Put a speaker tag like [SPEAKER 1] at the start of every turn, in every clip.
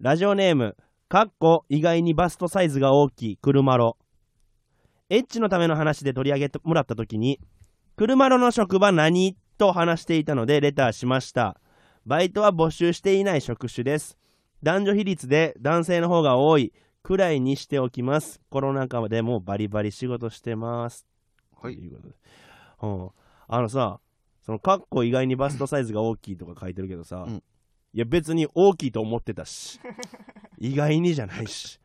[SPEAKER 1] ラジオネーム、かっこ意外にバストサイズが大きい車ロ。エッチのための話で取り上げてもらった時に、車ロの職場何と話していたのでレターしました。バイトは募集していない職種です。男女比率で男性の方が多いくらいにしておきます。コロナ禍でもバリバリ仕事してます。
[SPEAKER 2] は
[SPEAKER 1] と
[SPEAKER 2] い。
[SPEAKER 1] いうことで。うん。あのさ、そのカッコ意外にバストサイズが大きいとか書いてるけどさ、
[SPEAKER 2] うん
[SPEAKER 1] いや別に大きいと思ってた し、意外にじゃないし、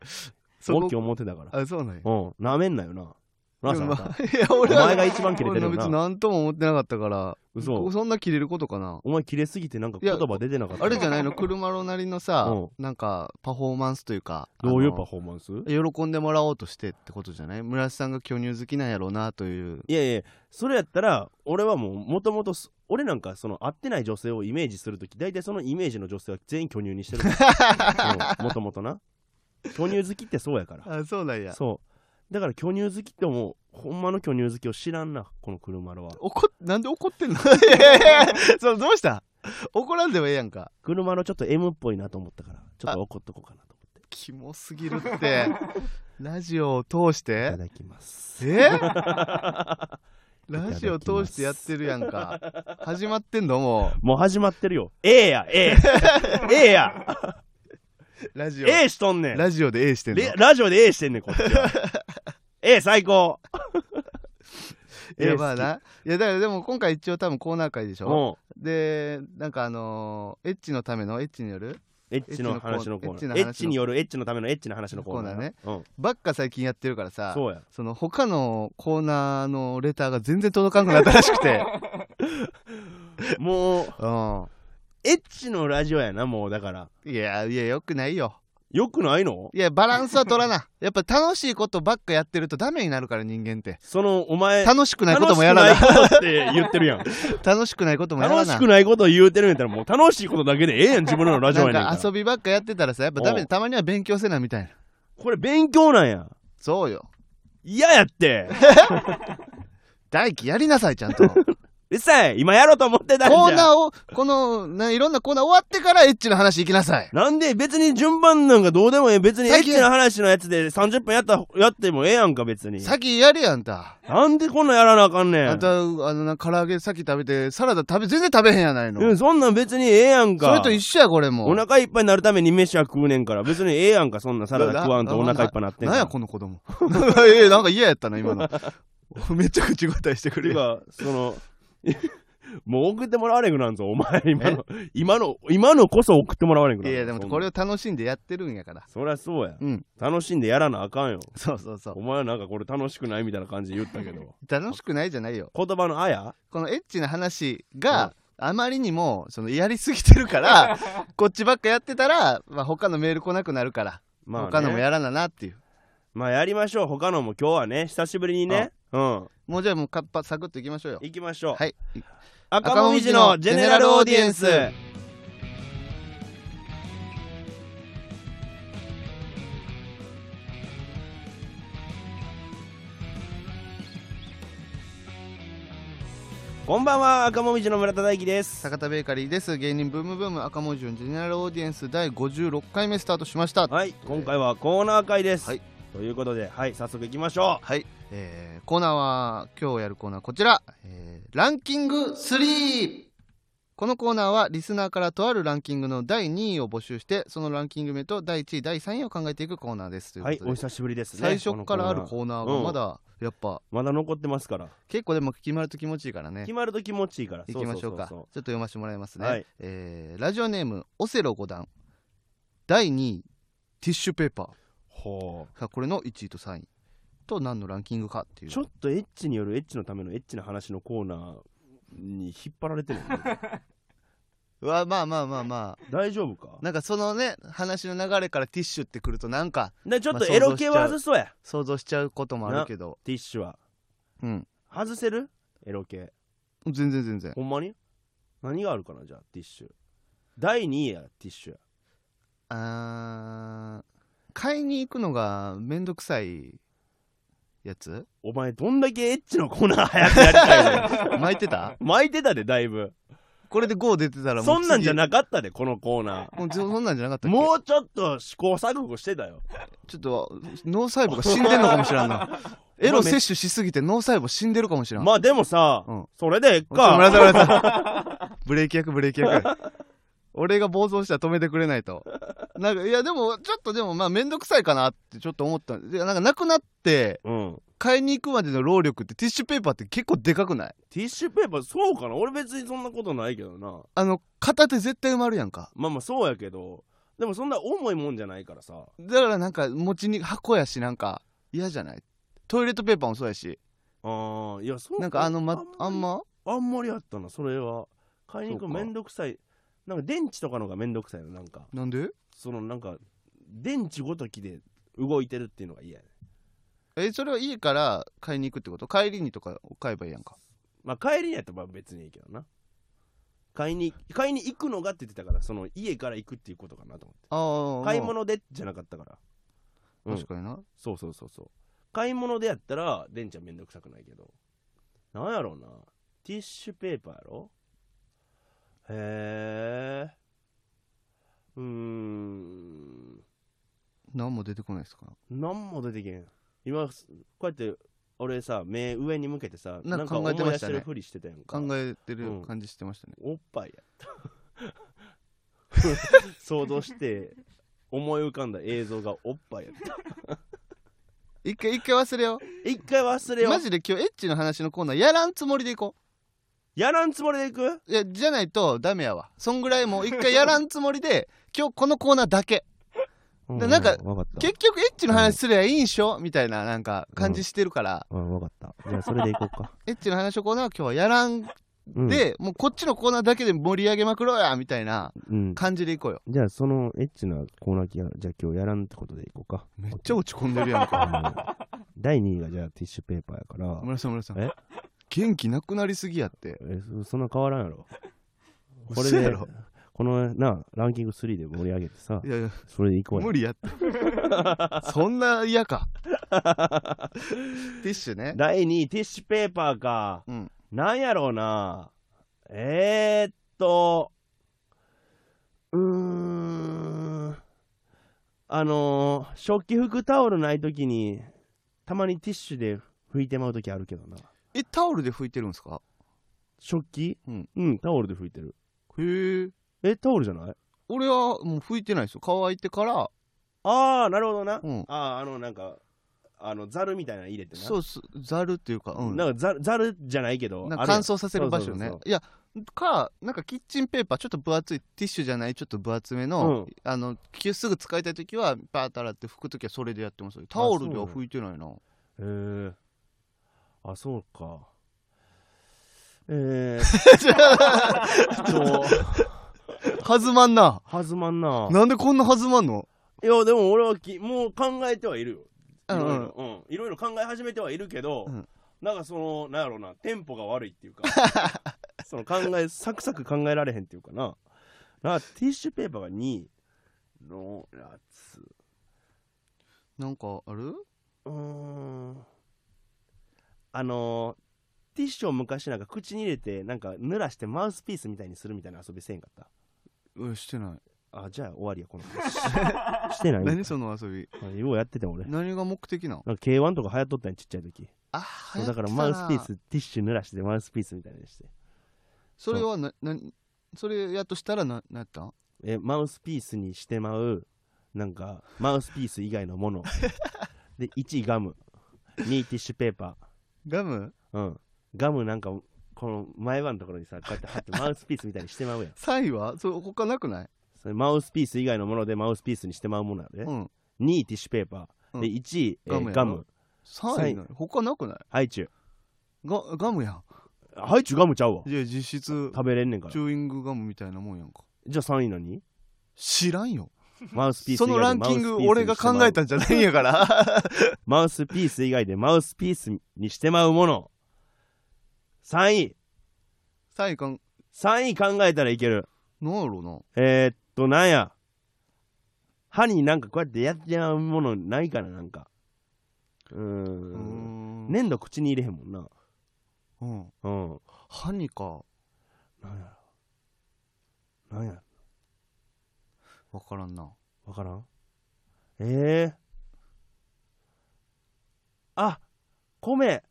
[SPEAKER 2] そ
[SPEAKER 1] 大
[SPEAKER 2] こ
[SPEAKER 1] きい思ってたから。
[SPEAKER 2] あ、そうなんや。
[SPEAKER 1] うん、なめんなよな。なあ
[SPEAKER 2] で
[SPEAKER 1] さ
[SPEAKER 2] も
[SPEAKER 1] ん
[SPEAKER 2] ま
[SPEAKER 1] か
[SPEAKER 2] あ、い や、
[SPEAKER 1] お
[SPEAKER 2] 俺は
[SPEAKER 1] 前が一番切れてる
[SPEAKER 2] 俺は
[SPEAKER 1] よ
[SPEAKER 2] 別に
[SPEAKER 1] な。
[SPEAKER 2] 何とも思ってなかったから、
[SPEAKER 1] 嘘。
[SPEAKER 2] そんな切れることかな。
[SPEAKER 1] お前切れすぎてなんか言葉出てなかった。
[SPEAKER 2] あれじゃな いの、車のなりのさ
[SPEAKER 1] う、
[SPEAKER 2] なんかパフォーマンスというか、
[SPEAKER 1] どういう
[SPEAKER 2] あ
[SPEAKER 1] パ
[SPEAKER 2] の
[SPEAKER 1] フォーマンス
[SPEAKER 2] 喜んでもらおうとしてってことじゃない村瀬さんが巨乳好きなんやろうなという。
[SPEAKER 1] いやいや、それやったら、俺はもう、もともと、俺なんか、その、会ってない女性をイメージするとき、大体そのイメージの女性は全員巨乳にしてるから。もともとな。巨乳好きってそうやから。
[SPEAKER 2] あ、そうなんや。
[SPEAKER 1] そう。だから、巨乳好きってもう、ほんまの巨乳好きを知らんな、この車ロは。
[SPEAKER 2] 怒っなんで怒ってんの いやいやいやそうどうした怒らんでもええやんか。
[SPEAKER 1] 車ロちょっと M っぽいなと思ったから、ちょっと怒っとこうかなと思って。
[SPEAKER 2] キモすぎる って。ラジオを通し
[SPEAKER 1] いた
[SPEAKER 2] て
[SPEAKER 1] だきます。
[SPEAKER 2] えラジオ通してやってるやんか。始まってんのも
[SPEAKER 1] もう始まってるよ。ええや、ええ。ええや、
[SPEAKER 2] う。ラジオ。
[SPEAKER 1] ええしとんねん。
[SPEAKER 2] ラジオで A してんの。
[SPEAKER 1] レラジオでええしてんねん、こっち は。ええ、最高。
[SPEAKER 2] いやまあな。いやだからでも今回一応多分コーナー会でしょ。
[SPEAKER 1] も
[SPEAKER 2] で、なんかあのーエッチのためのエッチによる
[SPEAKER 1] うエッチの話のコーナー
[SPEAKER 2] エッチの話の
[SPEAKER 1] エッチによるエッチのためのエッチな話のコーナー
[SPEAKER 2] コーナーね、
[SPEAKER 1] うん、
[SPEAKER 2] ばっか最近やってるからさ。
[SPEAKER 1] そうや
[SPEAKER 2] その他のコーナーのレターが全然届かんくなったらしくて。
[SPEAKER 1] もう
[SPEAKER 2] うん。
[SPEAKER 1] エッチのラジオやなもうだから
[SPEAKER 2] いや、いや、よくないよ。
[SPEAKER 1] よくないの
[SPEAKER 2] いや、バランスは取らな。やっぱ楽しいことばっかやってるとダメになるから、人間って。
[SPEAKER 1] そのお前
[SPEAKER 2] 楽しくないこともやら
[SPEAKER 1] 楽
[SPEAKER 2] な。
[SPEAKER 1] しくないことって言ってるやん
[SPEAKER 2] 楽しくないこともやら
[SPEAKER 1] 楽
[SPEAKER 2] な
[SPEAKER 1] しく。ないことを言うてるんやったらもう楽しいことだけでええやん 自分らのラジオ
[SPEAKER 2] な
[SPEAKER 1] や
[SPEAKER 2] ん
[SPEAKER 1] ねんから
[SPEAKER 2] か遊びばっかやってたらさ、やっぱダ
[SPEAKER 1] お
[SPEAKER 2] メ、
[SPEAKER 1] う
[SPEAKER 2] たまには勉強せなみたいな。
[SPEAKER 1] これ勉強なんや
[SPEAKER 2] そうよ。
[SPEAKER 1] 嫌やって
[SPEAKER 2] 大輝やりなさい、ちゃん と。コ
[SPEAKER 1] うるさい今やろうと思ってたんじゃん
[SPEAKER 2] ーナーを、この、ないろんなコーナー終わってからエッチの話行きなさい。
[SPEAKER 1] なんで別に順番なんかどうでもええ別にエッ
[SPEAKER 2] 最近
[SPEAKER 1] チな話のやつで30分やったやってもええやんか別に
[SPEAKER 2] 先やれやあんた。
[SPEAKER 1] なんでこんなんやらなあかんね
[SPEAKER 2] あん
[SPEAKER 1] ん
[SPEAKER 2] た、あのな、唐揚げ先食べて、サラダ食べ、全然食べへんやないの。
[SPEAKER 1] うんそんなん別にええやんか
[SPEAKER 2] それと一緒や、これも。
[SPEAKER 1] お腹いっぱいになるために飯は食うねんから別にええやんかそんなサラダ食わんとお腹いっぱいなってんから
[SPEAKER 2] なんやこの子供 ええなんか嫌やったな今の めっちゃ口答えしてく
[SPEAKER 1] て
[SPEAKER 2] れる
[SPEAKER 1] かその もう送ってもらわれんくなんぞお前今の今の今のこそ送ってもらわれんく
[SPEAKER 2] い
[SPEAKER 1] なんぞ
[SPEAKER 2] やでも
[SPEAKER 1] そんな
[SPEAKER 2] これを楽しんでやってるんやから
[SPEAKER 1] そりゃそうや、
[SPEAKER 2] うん
[SPEAKER 1] 楽しんでやらなあかんよ
[SPEAKER 2] そうそうそ
[SPEAKER 1] お前はなんかこれ楽しくないみたいな感じで言ったけど
[SPEAKER 2] う楽しくないじゃないよ
[SPEAKER 1] 言葉のあや
[SPEAKER 2] このエッチな話があまりにもそのやりすぎてるから こっちばっかやってたら、まあ、他のメール来なくなるから、
[SPEAKER 1] まあ、ね、
[SPEAKER 2] 他のもやらななっていう
[SPEAKER 1] まあやりましょう他のも今日はね久しぶりにねうん
[SPEAKER 2] もうじゃあもうかっぱサクッといきましょうよ
[SPEAKER 1] 行きましょう、
[SPEAKER 2] はい
[SPEAKER 1] 赤もみじのジェネラルオーディエンスこんばんは赤もみじの村田大樹です
[SPEAKER 2] 坂田ベーカリーです芸人ブームブーム赤文字のジェネラルオーディエンス第56回目スタートしました
[SPEAKER 1] はい今回はコーナー会です、
[SPEAKER 2] はい
[SPEAKER 1] ということではい早速行きましょ
[SPEAKER 2] はい、えーコーナーは今日やるコーナーこちら、えーランキング3このコーナーはリスナーからとあるランキングの第2位を募集してそのランキング名と第1位第3位を考えていくコーナーですと
[SPEAKER 1] う
[SPEAKER 2] いう
[SPEAKER 1] はいお
[SPEAKER 2] ことで、
[SPEAKER 1] 久しぶりですね
[SPEAKER 2] 最初からある
[SPEAKER 1] この
[SPEAKER 2] コーナー
[SPEAKER 1] う
[SPEAKER 2] が
[SPEAKER 1] ん
[SPEAKER 2] まだやっぱ、
[SPEAKER 1] ーナーまだ残ってますから
[SPEAKER 2] 結構でも決まると気持ちいいからね
[SPEAKER 1] 決まると気持ちいいから
[SPEAKER 2] いきましょうか
[SPEAKER 1] そそ
[SPEAKER 2] ちょっと読ませてもらいますね、
[SPEAKER 1] はい
[SPEAKER 2] えーラジオネームオセロ5段第2位ティッシュペーパー
[SPEAKER 1] そほ
[SPEAKER 2] さあこれの1位と3位と何のランキングかっていうう
[SPEAKER 1] ちょっとエッチによるエッチのためのエッチな話のコーナーに引っ張られてるよ ね
[SPEAKER 2] うわまあまあまあまあ
[SPEAKER 1] 大丈夫か
[SPEAKER 2] なんかそのね話の流れからティッシュってくるとなんか
[SPEAKER 1] でちょっ
[SPEAKER 2] ま
[SPEAKER 1] と
[SPEAKER 2] あ
[SPEAKER 1] エロ系は外そうや
[SPEAKER 2] 想像しちゃうこともあるけど
[SPEAKER 1] ティッシュは
[SPEAKER 2] うん
[SPEAKER 1] 外せるエロ系
[SPEAKER 2] 全然全然
[SPEAKER 1] ほんまに何があるかなじゃあティッシュ第2位やティッシュや
[SPEAKER 2] あー買いに行くのがめんどくさいやつ
[SPEAKER 1] お前どんだけエッチのコーナー早くやりたいの
[SPEAKER 2] 巻いてた
[SPEAKER 1] 巻いてたでだいぶ
[SPEAKER 2] これで5出てたらもう
[SPEAKER 1] そんなんじゃ
[SPEAKER 2] い
[SPEAKER 1] なかったでこのコーナ
[SPEAKER 2] もうそそんなんじゃなかった
[SPEAKER 1] ー
[SPEAKER 2] っけ
[SPEAKER 1] もうちょっと試行錯誤してたよ
[SPEAKER 2] ちょっと脳細胞が死んでんのかもしらんなエロ摂取しすぎて脳細胞死んでるかもしらん
[SPEAKER 1] まあでもさ、
[SPEAKER 2] うん
[SPEAKER 1] それでえっ
[SPEAKER 2] ちょっと
[SPEAKER 1] か
[SPEAKER 2] 村田村田ブレーキ役ブレーキ役俺が暴走したら止めてくれないとなんかいやでもちょっとでもまあ面倒くさいかなってちょっと思ったいやなんかなくなって
[SPEAKER 1] うん
[SPEAKER 2] 買いに行くまでの労力ってティッシュペーパーって結構でかくない
[SPEAKER 1] ティッシュペーパーそうかな俺別にそんなことないけどな
[SPEAKER 2] あの片手絶対埋まるやんか
[SPEAKER 1] まあまあそうやけどでもそんな重いもんじゃないからさ
[SPEAKER 2] だからなんか持ちに箱やしなんか嫌じゃないトイレットペーパーもそうやし
[SPEAKER 1] ああいやそう
[SPEAKER 2] なんかあのまあんま
[SPEAKER 1] あんまりあったなそれは買いに行く
[SPEAKER 2] そう
[SPEAKER 1] の
[SPEAKER 2] か
[SPEAKER 1] めんどくさいなんか電池とかのがめんどくさいのなんか
[SPEAKER 2] なんで
[SPEAKER 1] そのなんか電池ごときで動いてるっていうのが嫌やね
[SPEAKER 2] えそれは家から買いに行くってこと帰りにとか買えばいいやんか
[SPEAKER 1] まあ帰りにやったらまあ別にいいけどな買いに買いに行くのがって言ってたからその家から行くっていうことかなと思って
[SPEAKER 2] ああ
[SPEAKER 1] 買い物でじゃなかったからうん
[SPEAKER 2] 確かにな、
[SPEAKER 1] そうそうそうそう買い物でやったら電池はめんどくさくないけどなんやろうなティッシュペーパーやろへえうーん
[SPEAKER 2] 何も出てこないですか
[SPEAKER 1] なんも出てけん今こうやって俺さ目上に向けてさ
[SPEAKER 2] な
[SPEAKER 1] なんんか
[SPEAKER 2] か考
[SPEAKER 1] 思
[SPEAKER 2] え
[SPEAKER 1] い
[SPEAKER 2] てま
[SPEAKER 1] 出し
[SPEAKER 2] し
[SPEAKER 1] たて
[SPEAKER 2] ね
[SPEAKER 1] るふりしてたやんか
[SPEAKER 2] 考えてる感じしてましたね、
[SPEAKER 1] おっぱいやった 想像して思い浮かんだ映像がおっぱいやった
[SPEAKER 2] 一回一回忘れよ
[SPEAKER 1] 一回忘れ
[SPEAKER 2] う
[SPEAKER 1] よう
[SPEAKER 2] マジで今日エッチの話のコーナーやらんつもりでいこ
[SPEAKER 1] やらんつもりでいく
[SPEAKER 2] ういやじゃないとダメやわそんぐらいもう一回やらんつもりで今日このコーナーだけでなんか
[SPEAKER 1] 分かった
[SPEAKER 2] 結局エッチの話すりゃいいんしょみたいななんか感じしてるから、
[SPEAKER 1] うん、分かった。じゃあ、それでいこう か。
[SPEAKER 2] エッチの話のコーナーは今日はやらん
[SPEAKER 1] うん、
[SPEAKER 2] で、もうこっちのコーナーだけで盛り上げまくろうやみたいな
[SPEAKER 1] うん、
[SPEAKER 2] 感じでいこうよ
[SPEAKER 1] じゃあ、そのエッチなコーナーじゃじゃあ今日やらんってことでいこう か。
[SPEAKER 2] めっちゃ落ち込んでるやんか
[SPEAKER 1] あの第2位がじゃあティッシュペーパーやから、
[SPEAKER 2] 村さん村さん
[SPEAKER 1] え
[SPEAKER 2] 元気なくなりすぎやって
[SPEAKER 1] えそそんな変わらんやろ。これ
[SPEAKER 2] 嘘や
[SPEAKER 1] で
[SPEAKER 2] ろ、
[SPEAKER 1] このな、ランキング3で盛り上げてさ
[SPEAKER 2] い、やいや
[SPEAKER 1] それでいこう
[SPEAKER 2] 無
[SPEAKER 1] よ。
[SPEAKER 2] 理やってそんな嫌かティッシュね
[SPEAKER 1] 第2位、ティッシュペーパーか。
[SPEAKER 2] うん
[SPEAKER 1] なんやろうな。えー、っと、うーん。あのー、食器拭くタオルないときに、たまにティッシュで拭いてまうときあるけどな。
[SPEAKER 2] えタオルで拭いてるんですか
[SPEAKER 1] 食器
[SPEAKER 2] うん、
[SPEAKER 1] タオルで拭いてる。
[SPEAKER 2] へえ
[SPEAKER 1] え、タオルじゃない
[SPEAKER 2] 俺はもう拭いてないですよ乾いてから
[SPEAKER 1] あー、なるほどな。
[SPEAKER 2] うん
[SPEAKER 1] あー、あの、なんか、あの、ザルみたいなの入れてな。、
[SPEAKER 2] そううすざるっていうかうん
[SPEAKER 1] な
[SPEAKER 2] なん
[SPEAKER 1] んかザル、ザルじゃないけど、
[SPEAKER 2] か
[SPEAKER 1] あるや
[SPEAKER 2] 乾
[SPEAKER 1] ん
[SPEAKER 2] 燥させる場所ね
[SPEAKER 1] そうそうそう
[SPEAKER 2] いやかなんかキッチンペーパーちょっと分厚いティッシュじゃないちょっと分厚め
[SPEAKER 1] う
[SPEAKER 2] の、
[SPEAKER 1] ん
[SPEAKER 2] あのすぐ使いたい時はパーッと洗って拭く時はそれでやってますよタオルでは拭いてないな
[SPEAKER 1] へえあそうかえー、ちょ
[SPEAKER 2] 弾まんな
[SPEAKER 1] 弾まんな
[SPEAKER 2] なんでこんな弾まんの
[SPEAKER 1] いやでも俺はきもう考えてはいるよい
[SPEAKER 2] う
[SPEAKER 1] ろ
[SPEAKER 2] ん
[SPEAKER 1] い
[SPEAKER 2] うん
[SPEAKER 1] ろ,、うんいろいろ考え始めてはいるけど、
[SPEAKER 2] うん
[SPEAKER 1] なんかそのなんやろうなテンポが悪いって いうかその考えサクサク考えられへんっていうかななティッシュペーパーが2位のやつ
[SPEAKER 2] なんかある
[SPEAKER 1] うーんあのーティッシュを昔なんか口に入れてなんか濡らしてマウスピースみたいにするみたいな遊びせんかった
[SPEAKER 2] うんしてない
[SPEAKER 1] あじゃあ終わりやこの話してない
[SPEAKER 2] 何その遊び
[SPEAKER 1] あようやってて俺なん
[SPEAKER 2] 何が目的なん
[SPEAKER 1] か K1 とか流行っとったんやちっちゃい時
[SPEAKER 2] あ
[SPEAKER 1] そうだからマウスピースティッシュ濡らしてマウスピースみたいにして
[SPEAKER 2] それはななそれやっとしたらななったん
[SPEAKER 1] えマウスピースにしてまうなんかマウスピース以外のもので1ガム2ティッシュペーパ
[SPEAKER 2] ガム
[SPEAKER 1] ーうんガムなんかこの前歯のところにさこうやって貼 ってマウスピースみたいにしてまうやん
[SPEAKER 2] サイはそれ他なくない
[SPEAKER 1] それマウスピース以外のものでマウスピースにしてまうものやで、
[SPEAKER 2] うん
[SPEAKER 1] 2ティッシュペーパーで
[SPEAKER 2] うん
[SPEAKER 1] 1、えー
[SPEAKER 2] ガムや
[SPEAKER 1] ガ
[SPEAKER 2] ろ
[SPEAKER 1] ム
[SPEAKER 2] サイな他なくない
[SPEAKER 1] ハイチュウ
[SPEAKER 2] ガガムやん
[SPEAKER 1] ハイチュウガムちゃうわ
[SPEAKER 2] いや実質
[SPEAKER 1] 食べれんねんから
[SPEAKER 2] チューイングガムみたいなもんやんか
[SPEAKER 1] じゃあ3位何
[SPEAKER 2] 知らんよ
[SPEAKER 1] マウスピース
[SPEAKER 2] そ
[SPEAKER 1] 以外で
[SPEAKER 2] のランキング俺が考えたんじゃないんやから
[SPEAKER 1] マウスピース以外でマウスピースにしてまうもの3位
[SPEAKER 2] サイかん
[SPEAKER 1] 3位考えたらいける
[SPEAKER 2] なんやろうな
[SPEAKER 1] えー、っとなんや歯になんかこうやってやってまうものないからなんかうー
[SPEAKER 2] うんん
[SPEAKER 1] 粘土口に入れへんもんな
[SPEAKER 2] うん
[SPEAKER 1] うん
[SPEAKER 2] 歯にか
[SPEAKER 1] なんやろなんや
[SPEAKER 2] 分からんな
[SPEAKER 1] わからんええあ米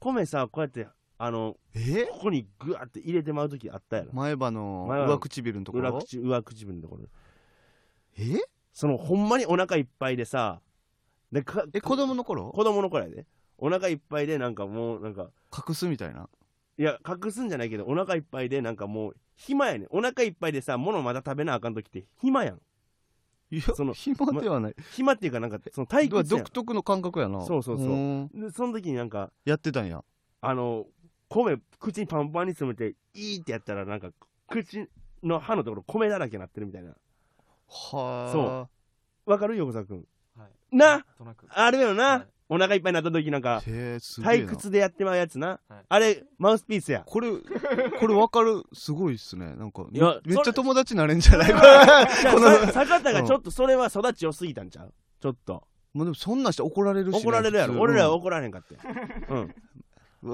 [SPEAKER 1] 米さこうやってあの
[SPEAKER 2] え
[SPEAKER 1] ここにグワって入れてまう時あったやろ
[SPEAKER 2] 前歯の
[SPEAKER 1] 前歯の
[SPEAKER 2] 上唇のとこ
[SPEAKER 1] 裏
[SPEAKER 2] ろ
[SPEAKER 1] 口上唇のところ
[SPEAKER 2] え
[SPEAKER 1] そのほんまにお腹いっぱいでさでか
[SPEAKER 2] え子供の頃
[SPEAKER 1] 子供の頃やでお腹いっぱいでなんかもうなんか
[SPEAKER 2] 隠すみたいない
[SPEAKER 1] や隠すんじゃないけどお腹いっぱいでなんかもう暇やねんお腹いっぱいでさ物まだ食べなあかん時って暇やん
[SPEAKER 2] いや
[SPEAKER 1] その
[SPEAKER 2] 暇ではない
[SPEAKER 1] 暇っていうかなんかその退屈や
[SPEAKER 2] 独特の感覚やな
[SPEAKER 1] そうそうそう
[SPEAKER 2] うん
[SPEAKER 1] んでその時になんか
[SPEAKER 2] やってたんや
[SPEAKER 1] あの米口にパンパンに詰めていいってやったらなんか口の歯のところ米だらけになってるみたいな
[SPEAKER 2] はあ
[SPEAKER 1] そわかる横澤君
[SPEAKER 3] はい。
[SPEAKER 1] な
[SPEAKER 3] となく。
[SPEAKER 1] あるよな、
[SPEAKER 3] はい
[SPEAKER 1] お腹いっぱいになった時なんか
[SPEAKER 2] へえすげえ
[SPEAKER 1] 退
[SPEAKER 2] な
[SPEAKER 1] 屈でやってまうやつな、
[SPEAKER 3] はい
[SPEAKER 1] あれマウスピースや
[SPEAKER 2] これこれ分かるすごいっすねなんか
[SPEAKER 1] いや
[SPEAKER 2] めめっ
[SPEAKER 1] そ
[SPEAKER 2] ち
[SPEAKER 1] れ
[SPEAKER 2] ゃ友達なれんじゃないか この
[SPEAKER 1] さ坂田がちょっとそれは育ち良すぎたんちゃうちょっと
[SPEAKER 2] もうでもそんな人怒られるしね
[SPEAKER 1] 怒られるや
[SPEAKER 2] 普
[SPEAKER 1] ろ
[SPEAKER 2] 通
[SPEAKER 1] 俺らは
[SPEAKER 2] うん
[SPEAKER 1] 怒られへんかって、うん、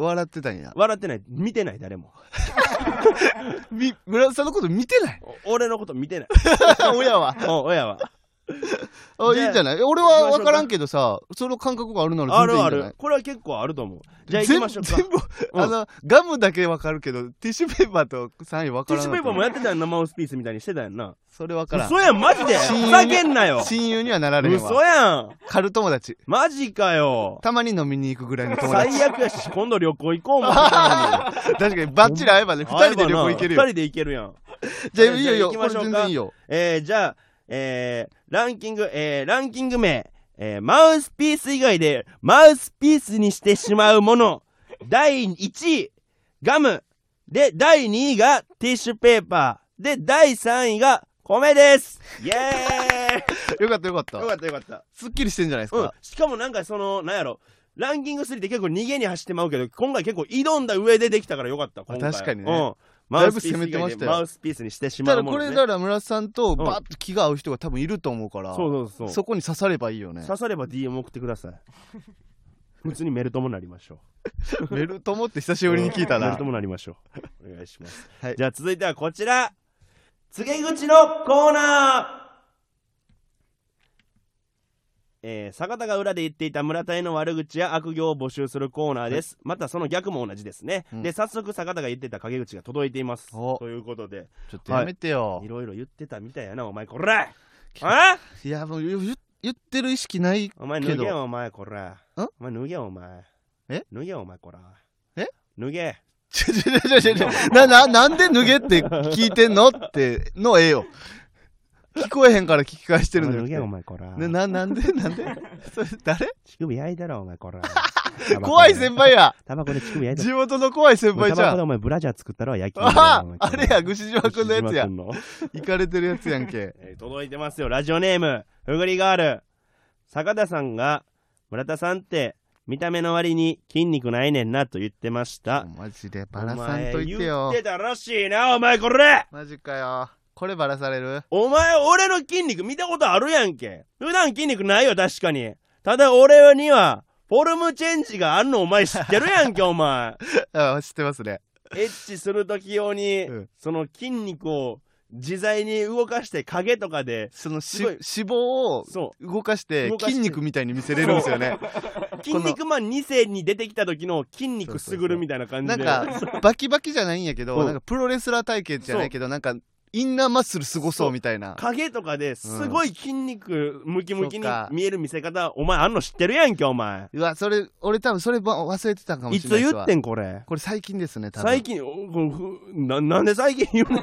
[SPEAKER 2] 笑ってたんや
[SPEAKER 1] 笑ってない見てない誰も
[SPEAKER 2] み村田さんのこと見てない
[SPEAKER 1] お俺のこと見てない
[SPEAKER 2] 親は
[SPEAKER 1] お親は
[SPEAKER 2] あ
[SPEAKER 1] じゃあ
[SPEAKER 2] いいんじゃない俺は分からんけどさその感覚があるなら
[SPEAKER 1] あ
[SPEAKER 2] 全然
[SPEAKER 1] る
[SPEAKER 2] いいん
[SPEAKER 1] あ
[SPEAKER 2] じゃない
[SPEAKER 1] るこれは結構あると思うじゃあ行きましょうか
[SPEAKER 2] 全部
[SPEAKER 1] うん
[SPEAKER 2] あのガムだけ分かるけどティッシュペーパーと3位分
[SPEAKER 1] ティッ
[SPEAKER 2] からん
[SPEAKER 1] シュ
[SPEAKER 2] か
[SPEAKER 1] ペー
[SPEAKER 2] った
[SPEAKER 1] パーもやってたやんなマウスピースみたいにしてたやんな
[SPEAKER 2] それ分からん
[SPEAKER 1] 嘘やんマジで
[SPEAKER 2] 親友
[SPEAKER 1] ふ
[SPEAKER 2] に
[SPEAKER 1] ざけんなよ
[SPEAKER 2] 親友にはなられへん
[SPEAKER 1] 嘘
[SPEAKER 2] わ
[SPEAKER 1] やん
[SPEAKER 2] カル友達
[SPEAKER 1] マジかよ
[SPEAKER 2] たまに飲みに行くぐらいの友達
[SPEAKER 1] 最悪やし今度旅行行こう思って たのに
[SPEAKER 2] 確かにバッチリ会えばね2人で旅行行けるよ
[SPEAKER 1] 2人で行けるやん
[SPEAKER 2] じゃあいいよいいよ
[SPEAKER 1] じ
[SPEAKER 2] こ
[SPEAKER 1] ゃあ行
[SPEAKER 2] れ
[SPEAKER 1] きましょうか
[SPEAKER 2] 全然いいよ
[SPEAKER 1] えー、じゃあ、えー、ランキング、えー、ランキング名、えー、マウスピース以外でマウスピースにしてしまうも の、第1位、ガム。で、第2位がティッシュペーパー。で、第3位が米です。イエー
[SPEAKER 2] よかったよかっ
[SPEAKER 1] イよか
[SPEAKER 2] た
[SPEAKER 1] ったよかった。
[SPEAKER 2] すっきりしてんじゃないです
[SPEAKER 1] うん
[SPEAKER 2] か。
[SPEAKER 1] しかもなんかその、なんやろ。ランキング3って結構逃げに走ってまうけど、今回結構挑んだ上でできたからよかった、今回。
[SPEAKER 2] 確かにね
[SPEAKER 1] うん。
[SPEAKER 2] だいぶ攻めてましたよ
[SPEAKER 1] マウスピース以外でマウスピースにしてしま
[SPEAKER 2] た
[SPEAKER 1] う
[SPEAKER 2] だ
[SPEAKER 1] も
[SPEAKER 2] こ
[SPEAKER 1] の、ね。
[SPEAKER 2] れだから村田さんとバッと気が合う人が多分いると思うから
[SPEAKER 1] そうそうそう。
[SPEAKER 2] そこに刺さればいいよね
[SPEAKER 1] 刺されば DM 送ってくだ さい普通にメルトもなりましょう
[SPEAKER 2] メルトモって久しぶりに聞いた
[SPEAKER 1] メル
[SPEAKER 2] な
[SPEAKER 1] トもなりましょうお願いします、
[SPEAKER 2] はい
[SPEAKER 1] じゃあ続いてはこちら告げ口のコーナーえー、坂田が裏で言っていた村田への悪口や悪行を募集するコーナーです、またその逆も同じですね、
[SPEAKER 2] うん
[SPEAKER 1] で早速坂田が言ってた陰口が届いています
[SPEAKER 2] お
[SPEAKER 1] ということで
[SPEAKER 2] ちょっとやめてよ
[SPEAKER 1] いろいろ言ってたみたいやなお前こらあ
[SPEAKER 2] いやもう言う言ってる意識ない
[SPEAKER 1] お前脱げよお前こら
[SPEAKER 2] ん
[SPEAKER 1] お前脱げよお前
[SPEAKER 2] え
[SPEAKER 1] 脱げよお前こら
[SPEAKER 2] え
[SPEAKER 1] 脱げ
[SPEAKER 2] ちょちょちょちょちょ なななんで脱げって聞いてんのってのええよ聞こえへんから聞き返してるんだ
[SPEAKER 1] お前脱げよお
[SPEAKER 2] よ
[SPEAKER 1] 前こら
[SPEAKER 2] なななんでなんでそれ誰
[SPEAKER 1] 乳首焼いたろお前こら
[SPEAKER 2] 怖い先輩や
[SPEAKER 1] タバコで乳首焼いた
[SPEAKER 2] 地元の怖い 先
[SPEAKER 1] お前
[SPEAKER 2] 輩
[SPEAKER 1] タ
[SPEAKER 2] じ
[SPEAKER 1] バコ
[SPEAKER 2] ゃ
[SPEAKER 1] で
[SPEAKER 2] ん
[SPEAKER 1] お前ブラジャー作ったろ焼き
[SPEAKER 2] あああれやぐし島くんのやつ
[SPEAKER 1] 牛島
[SPEAKER 2] や
[SPEAKER 1] 君の
[SPEAKER 2] 行かれてるやつやんけ
[SPEAKER 1] えー届いてますよラジオネームふぐりガール坂田さんが村田さんって見た目の割に筋肉ないねんなと言ってました
[SPEAKER 2] マジでバラさんといて
[SPEAKER 1] お
[SPEAKER 2] よ
[SPEAKER 1] 前言ってたらしいなお前これ
[SPEAKER 2] マジかよこれバラされる
[SPEAKER 1] お前、俺の筋肉見たことあるやんけ。普段筋肉ないよ、確かに。ただ俺には、フォルムチェンジがあるのお前知ってる やんけ、お前。
[SPEAKER 2] あ知ってますね
[SPEAKER 1] エッチするとき用に、
[SPEAKER 2] うん
[SPEAKER 1] その筋肉を自在に動かして影とかで、
[SPEAKER 2] そのし
[SPEAKER 1] すごい
[SPEAKER 2] 脂肪を
[SPEAKER 1] そ
[SPEAKER 2] 動かして
[SPEAKER 1] 動かして
[SPEAKER 2] 筋肉みたいに見せれるんですよね
[SPEAKER 1] う、筋肉マン2世に出てきた時の筋肉すぐるみたいな感じ
[SPEAKER 2] なん
[SPEAKER 1] で。
[SPEAKER 2] かバキバキじゃないんやけど、
[SPEAKER 1] うん
[SPEAKER 2] なんかプロレスラー体験じゃないけどなんかインナーマッスルすごそうみたいな
[SPEAKER 1] 影とかですごい筋肉ムキムキに
[SPEAKER 2] そうか
[SPEAKER 1] 見える見せ方、お前あんの知ってるやんけ、お前。
[SPEAKER 2] うわそれ俺多分それば忘れてたかも
[SPEAKER 1] い
[SPEAKER 2] し
[SPEAKER 1] つ
[SPEAKER 2] れないです
[SPEAKER 1] 言
[SPEAKER 2] わ
[SPEAKER 1] ってん、これ。
[SPEAKER 2] これ最近ですね多分
[SPEAKER 1] 最近おこのふななんで最近言う の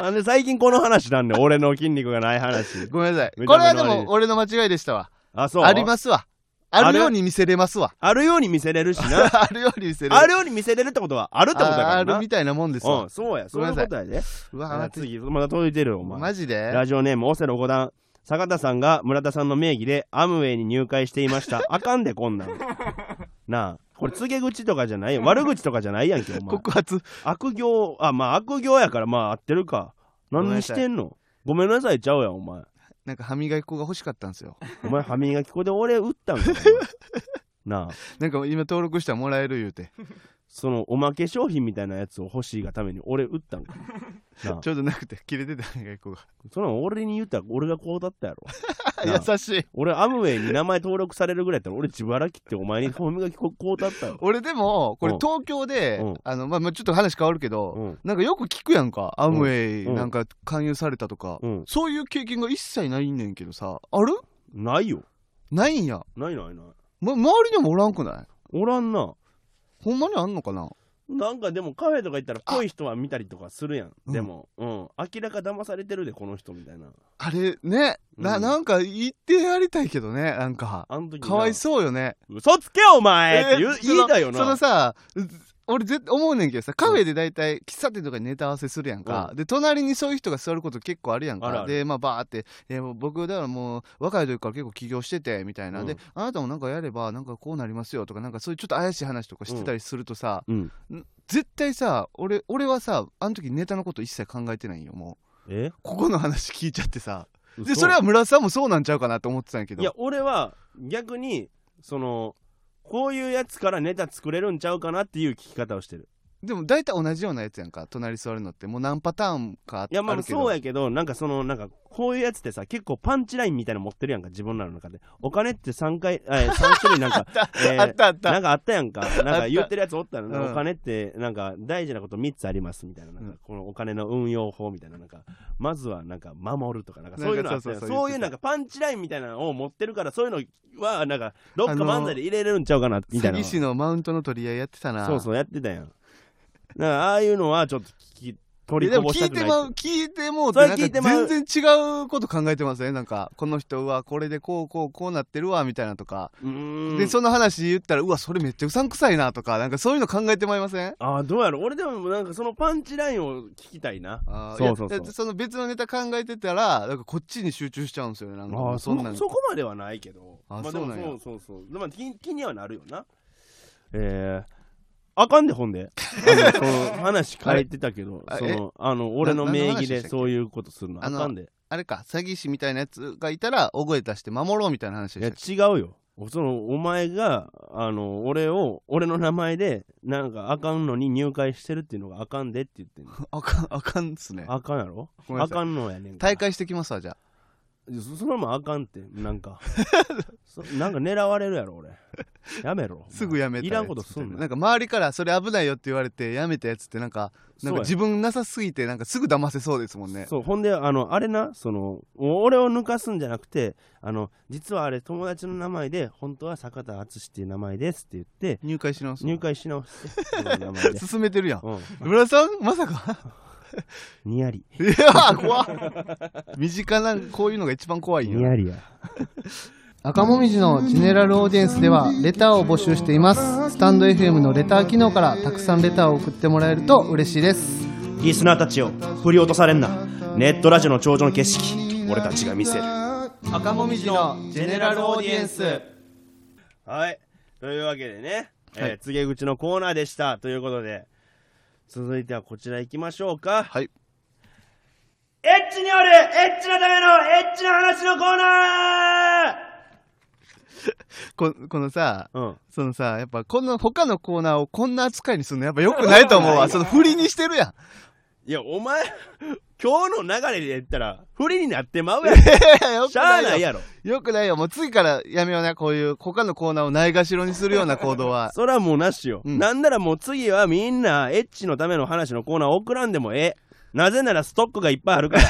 [SPEAKER 1] なんで最近この話なんで俺の筋肉がない話
[SPEAKER 2] ごめんなさい
[SPEAKER 1] めちゃめちゃ
[SPEAKER 2] これはで
[SPEAKER 1] 悪い
[SPEAKER 2] も俺の間違いでしたわ
[SPEAKER 1] あそう
[SPEAKER 2] ありますわあるように見せれますわ
[SPEAKER 1] あるように見せれるし な
[SPEAKER 2] あるように見せれる
[SPEAKER 1] あるように見せれるってことはあるってことだから
[SPEAKER 2] あ
[SPEAKER 1] な
[SPEAKER 2] あるみたいなもんです
[SPEAKER 1] う
[SPEAKER 2] わ
[SPEAKER 1] んそうや
[SPEAKER 2] ご
[SPEAKER 1] そう
[SPEAKER 2] め
[SPEAKER 1] い
[SPEAKER 2] ん
[SPEAKER 1] う
[SPEAKER 2] なさい
[SPEAKER 1] ことやで
[SPEAKER 2] うわ
[SPEAKER 1] あ次まだ届いてるよお前
[SPEAKER 2] マジで
[SPEAKER 1] ラジオネームオセロ五段坂田さんが村田さんの名義でアムウェイに入会していました あかんでこんなんなあこれ告げ口とかじゃないよ悪口とかじゃないやんけお前
[SPEAKER 2] 告発
[SPEAKER 1] 悪行あまあ悪行やからまあ合ってるか何にしてんのごめんなさいちゃうやんお前
[SPEAKER 2] なんか歯磨き粉が欲しかったんですよ
[SPEAKER 1] お前歯磨き粉で俺打ったんかお前なあ
[SPEAKER 2] なんか今登録したらもらえる言うて
[SPEAKER 1] そのおまけ商品みたいなやつを欲しいがために俺売ったんかなあ
[SPEAKER 2] ちょうどなくて切れてたんや子が
[SPEAKER 1] その俺に言ったら俺がこうだったやろなあ
[SPEAKER 2] 優 しい
[SPEAKER 1] 俺アムウェイに名前登録されるぐらいやったら俺自腹切ってお前に歯磨きここうだったよ
[SPEAKER 2] 俺でもこれ
[SPEAKER 1] うん
[SPEAKER 2] 東京で、
[SPEAKER 1] うん
[SPEAKER 2] あのまあ、まあちょっと話変わるけど、
[SPEAKER 1] うん
[SPEAKER 2] なんかよく聞くやんかアムウェイ
[SPEAKER 1] うん
[SPEAKER 2] なんか勧誘されたとか、
[SPEAKER 1] うん
[SPEAKER 2] そういう経験が一切ないんねんけどさある
[SPEAKER 1] ないよ
[SPEAKER 2] ないんや、
[SPEAKER 1] ないないない
[SPEAKER 2] ま、周りにもおらんくない
[SPEAKER 1] おらんな
[SPEAKER 2] ほんまにあんのかな
[SPEAKER 1] なんかでもカフェとか行ったらぽい人は見たりとかするやん
[SPEAKER 2] うん
[SPEAKER 1] でも、うん、明らか騙されてるでこの人みたいな
[SPEAKER 2] あれねな,、、
[SPEAKER 1] うんん
[SPEAKER 2] なんか言ってやりたいけどねなんか
[SPEAKER 1] あの時な
[SPEAKER 2] かわいそうよね
[SPEAKER 1] 嘘つけよお前って言,、う
[SPEAKER 2] えーその
[SPEAKER 1] 言いたいよな
[SPEAKER 2] そのさう俺ぜ思うねんけどさカフェで大体喫茶店とかにネタ合わせするやんか、
[SPEAKER 1] う
[SPEAKER 2] で隣にそういう人が座ること結構あるやんか
[SPEAKER 1] あるある
[SPEAKER 2] でまあバーって「えもう僕だからもう若い時から結構起業してて」みたいな、
[SPEAKER 1] うん
[SPEAKER 2] で「あなたもなんかやればなんかこうなりますよ」とかなんかそういうちょっと怪しい話とかしてたりするとさ、
[SPEAKER 1] うん、
[SPEAKER 2] 絶対さ俺俺はさあの時ネタのこと一切考えてないんよもう
[SPEAKER 1] え
[SPEAKER 2] ここの話聞いちゃってさで
[SPEAKER 1] 嘘
[SPEAKER 2] それは村田さんもそうなんちゃうかなと思ってたんやけど
[SPEAKER 1] いや俺は逆にそのこういうやつからネタ作れるんちゃうかなっていう聞き方をしてる
[SPEAKER 2] でも大体同じようなやつやんか隣座るのってもう何パターンかあ
[SPEAKER 1] いやま
[SPEAKER 2] あ
[SPEAKER 1] あ
[SPEAKER 2] るけど
[SPEAKER 1] そうやけどなんかそのなんかこういうやつってさ結構パンチラインみたいなの持ってるやんか自分らの中でお金って3回え3種類なん か、えー
[SPEAKER 2] あ ったあった
[SPEAKER 1] なんかあったやんかなん
[SPEAKER 2] た
[SPEAKER 1] か言ってるやつおったらな
[SPEAKER 2] うん
[SPEAKER 1] お金ってなんか大事なこと3つありますみたいななん
[SPEAKER 2] うん
[SPEAKER 1] かこのお金の運用法みたいななんかまずはなんか守るとかなんか
[SPEAKER 2] なんか
[SPEAKER 1] そういうのあったやん
[SPEAKER 2] そうそうそう
[SPEAKER 1] そういう
[SPEAKER 2] 言ってた
[SPEAKER 1] なんかパンチラインみたいなのを持ってるからそういうのはなんかどっか
[SPEAKER 2] あのー
[SPEAKER 1] 漫才で入れれるんちゃうかなみたい
[SPEAKER 2] 詐
[SPEAKER 1] な
[SPEAKER 2] 欺師のマウントの取り合いやってたな
[SPEAKER 1] そうそうやってたやんだからああいうのはちょっと聞き取り
[SPEAKER 2] えで
[SPEAKER 1] こ
[SPEAKER 2] も
[SPEAKER 1] ぼし
[SPEAKER 2] 聞
[SPEAKER 1] た
[SPEAKER 2] い
[SPEAKER 1] くないっ
[SPEAKER 2] て
[SPEAKER 1] て
[SPEAKER 2] まう聞いてもうって
[SPEAKER 1] それ
[SPEAKER 2] な
[SPEAKER 1] 聞
[SPEAKER 2] ん
[SPEAKER 1] いて
[SPEAKER 2] か
[SPEAKER 1] まう
[SPEAKER 2] 全然違うこと考えてますねなんかこの人はこれでこうこうこうなってるわみたいなとか、
[SPEAKER 1] うーん
[SPEAKER 2] でその話言ったらうわそれめっちゃうさんくさいなとかなんかそういうの考えてまいません
[SPEAKER 1] ああどうやろ俺でもなんかそのパンチラインを聞きたいな
[SPEAKER 2] あー
[SPEAKER 1] そうそうそう
[SPEAKER 2] いやだってその別のネタ考えてたらなんかこっちに集中しちゃうんですよねなんかもう
[SPEAKER 1] ああ
[SPEAKER 2] そ
[SPEAKER 1] そ
[SPEAKER 2] んなん
[SPEAKER 1] そこまではないけど
[SPEAKER 2] あ
[SPEAKER 1] まあでも
[SPEAKER 2] そうなんや
[SPEAKER 1] そうそうそうでまあ気気にはなるよなえー、あかんでほん であのその話変えてたけど
[SPEAKER 2] あれ
[SPEAKER 1] そ
[SPEAKER 2] え
[SPEAKER 1] のあの俺の
[SPEAKER 2] な
[SPEAKER 1] 名
[SPEAKER 2] 何の話
[SPEAKER 1] 義
[SPEAKER 2] で
[SPEAKER 1] で
[SPEAKER 2] したっけ
[SPEAKER 1] そういうことするの
[SPEAKER 2] あ
[SPEAKER 1] あ
[SPEAKER 2] の
[SPEAKER 1] かんで
[SPEAKER 2] あれか詐欺師みたいなやつがいたら大声出して守ろうみたいな話
[SPEAKER 1] い
[SPEAKER 2] で
[SPEAKER 1] や
[SPEAKER 2] したっ
[SPEAKER 1] 違うよそのお前があの俺を俺の名前でなんかあかんのに入会してるっていうのがあかんでって言 ってんの
[SPEAKER 2] けあかんあかんっすね
[SPEAKER 1] あかんやろ
[SPEAKER 2] ごめん
[SPEAKER 1] あ
[SPEAKER 2] なさい
[SPEAKER 1] かんのやねんから
[SPEAKER 2] 大会してきますわじゃあ
[SPEAKER 1] そ それもあかんってなん かそなんか狙われるやろ俺やめろ
[SPEAKER 2] すぐやめた
[SPEAKER 1] い
[SPEAKER 2] やつ
[SPEAKER 1] らんことすん
[SPEAKER 2] な
[SPEAKER 1] なん
[SPEAKER 2] か周りからそれ危ないよって言われてやめたやつってなんかなん
[SPEAKER 1] そ
[SPEAKER 2] か
[SPEAKER 1] う
[SPEAKER 2] 自分なさすぎてなんかすぐ騙せそうですもんね
[SPEAKER 1] そうほんであのあれなそのお俺を抜かすんじゃなくてあの実はあれ友達の名前で本当は坂田敦っていう名前ですって言って
[SPEAKER 2] 入会し直す
[SPEAKER 1] 入会し直して自分の名 前で、
[SPEAKER 2] 進めてるやん
[SPEAKER 1] うん、
[SPEAKER 2] 村さんまさ か
[SPEAKER 1] にやり
[SPEAKER 2] いやー怖っ身近なこういうのが一番怖いよ
[SPEAKER 1] にやりや
[SPEAKER 2] 赤もみじのジェネラルオーディエンスではレターを募集していますスタンド FM のレター機能からたくさんレターを送ってもらえると嬉しいです
[SPEAKER 1] リスナーたちを振り落とされんなネットラジオの頂上の景色俺たちが見せる
[SPEAKER 2] 赤もみじのジェネラルオーディエンス
[SPEAKER 1] はい。というわけでね、えー
[SPEAKER 2] はい
[SPEAKER 1] 告げ口のコーナーでした。ということで、続いてはこちら行きましょうか。
[SPEAKER 2] はい
[SPEAKER 1] エッチによるエッチのためのエッチの話のコーナ
[SPEAKER 2] ここのさ
[SPEAKER 1] ーうん。
[SPEAKER 2] そのさ、やっぱこの他のコーナーをこんな扱いにするのやっぱ良くないと思う わ。その振りにしてるやん。
[SPEAKER 1] いや、お前、 今日の流れで言ったら、不利になってまうや
[SPEAKER 2] い
[SPEAKER 1] ん。
[SPEAKER 2] やいや良く
[SPEAKER 1] しゃあ
[SPEAKER 2] な
[SPEAKER 1] ない
[SPEAKER 2] いよ。
[SPEAKER 1] やろ。
[SPEAKER 2] 良くないよ。もう次からやめような、こういう他のコーナーをないがしろにするような行動 は。
[SPEAKER 1] そらもうなしよ。
[SPEAKER 2] うん
[SPEAKER 1] なんならもう次はみんな、エッチのための話のコーナー送らんでもええ。なぜならストックがいっぱいあるから。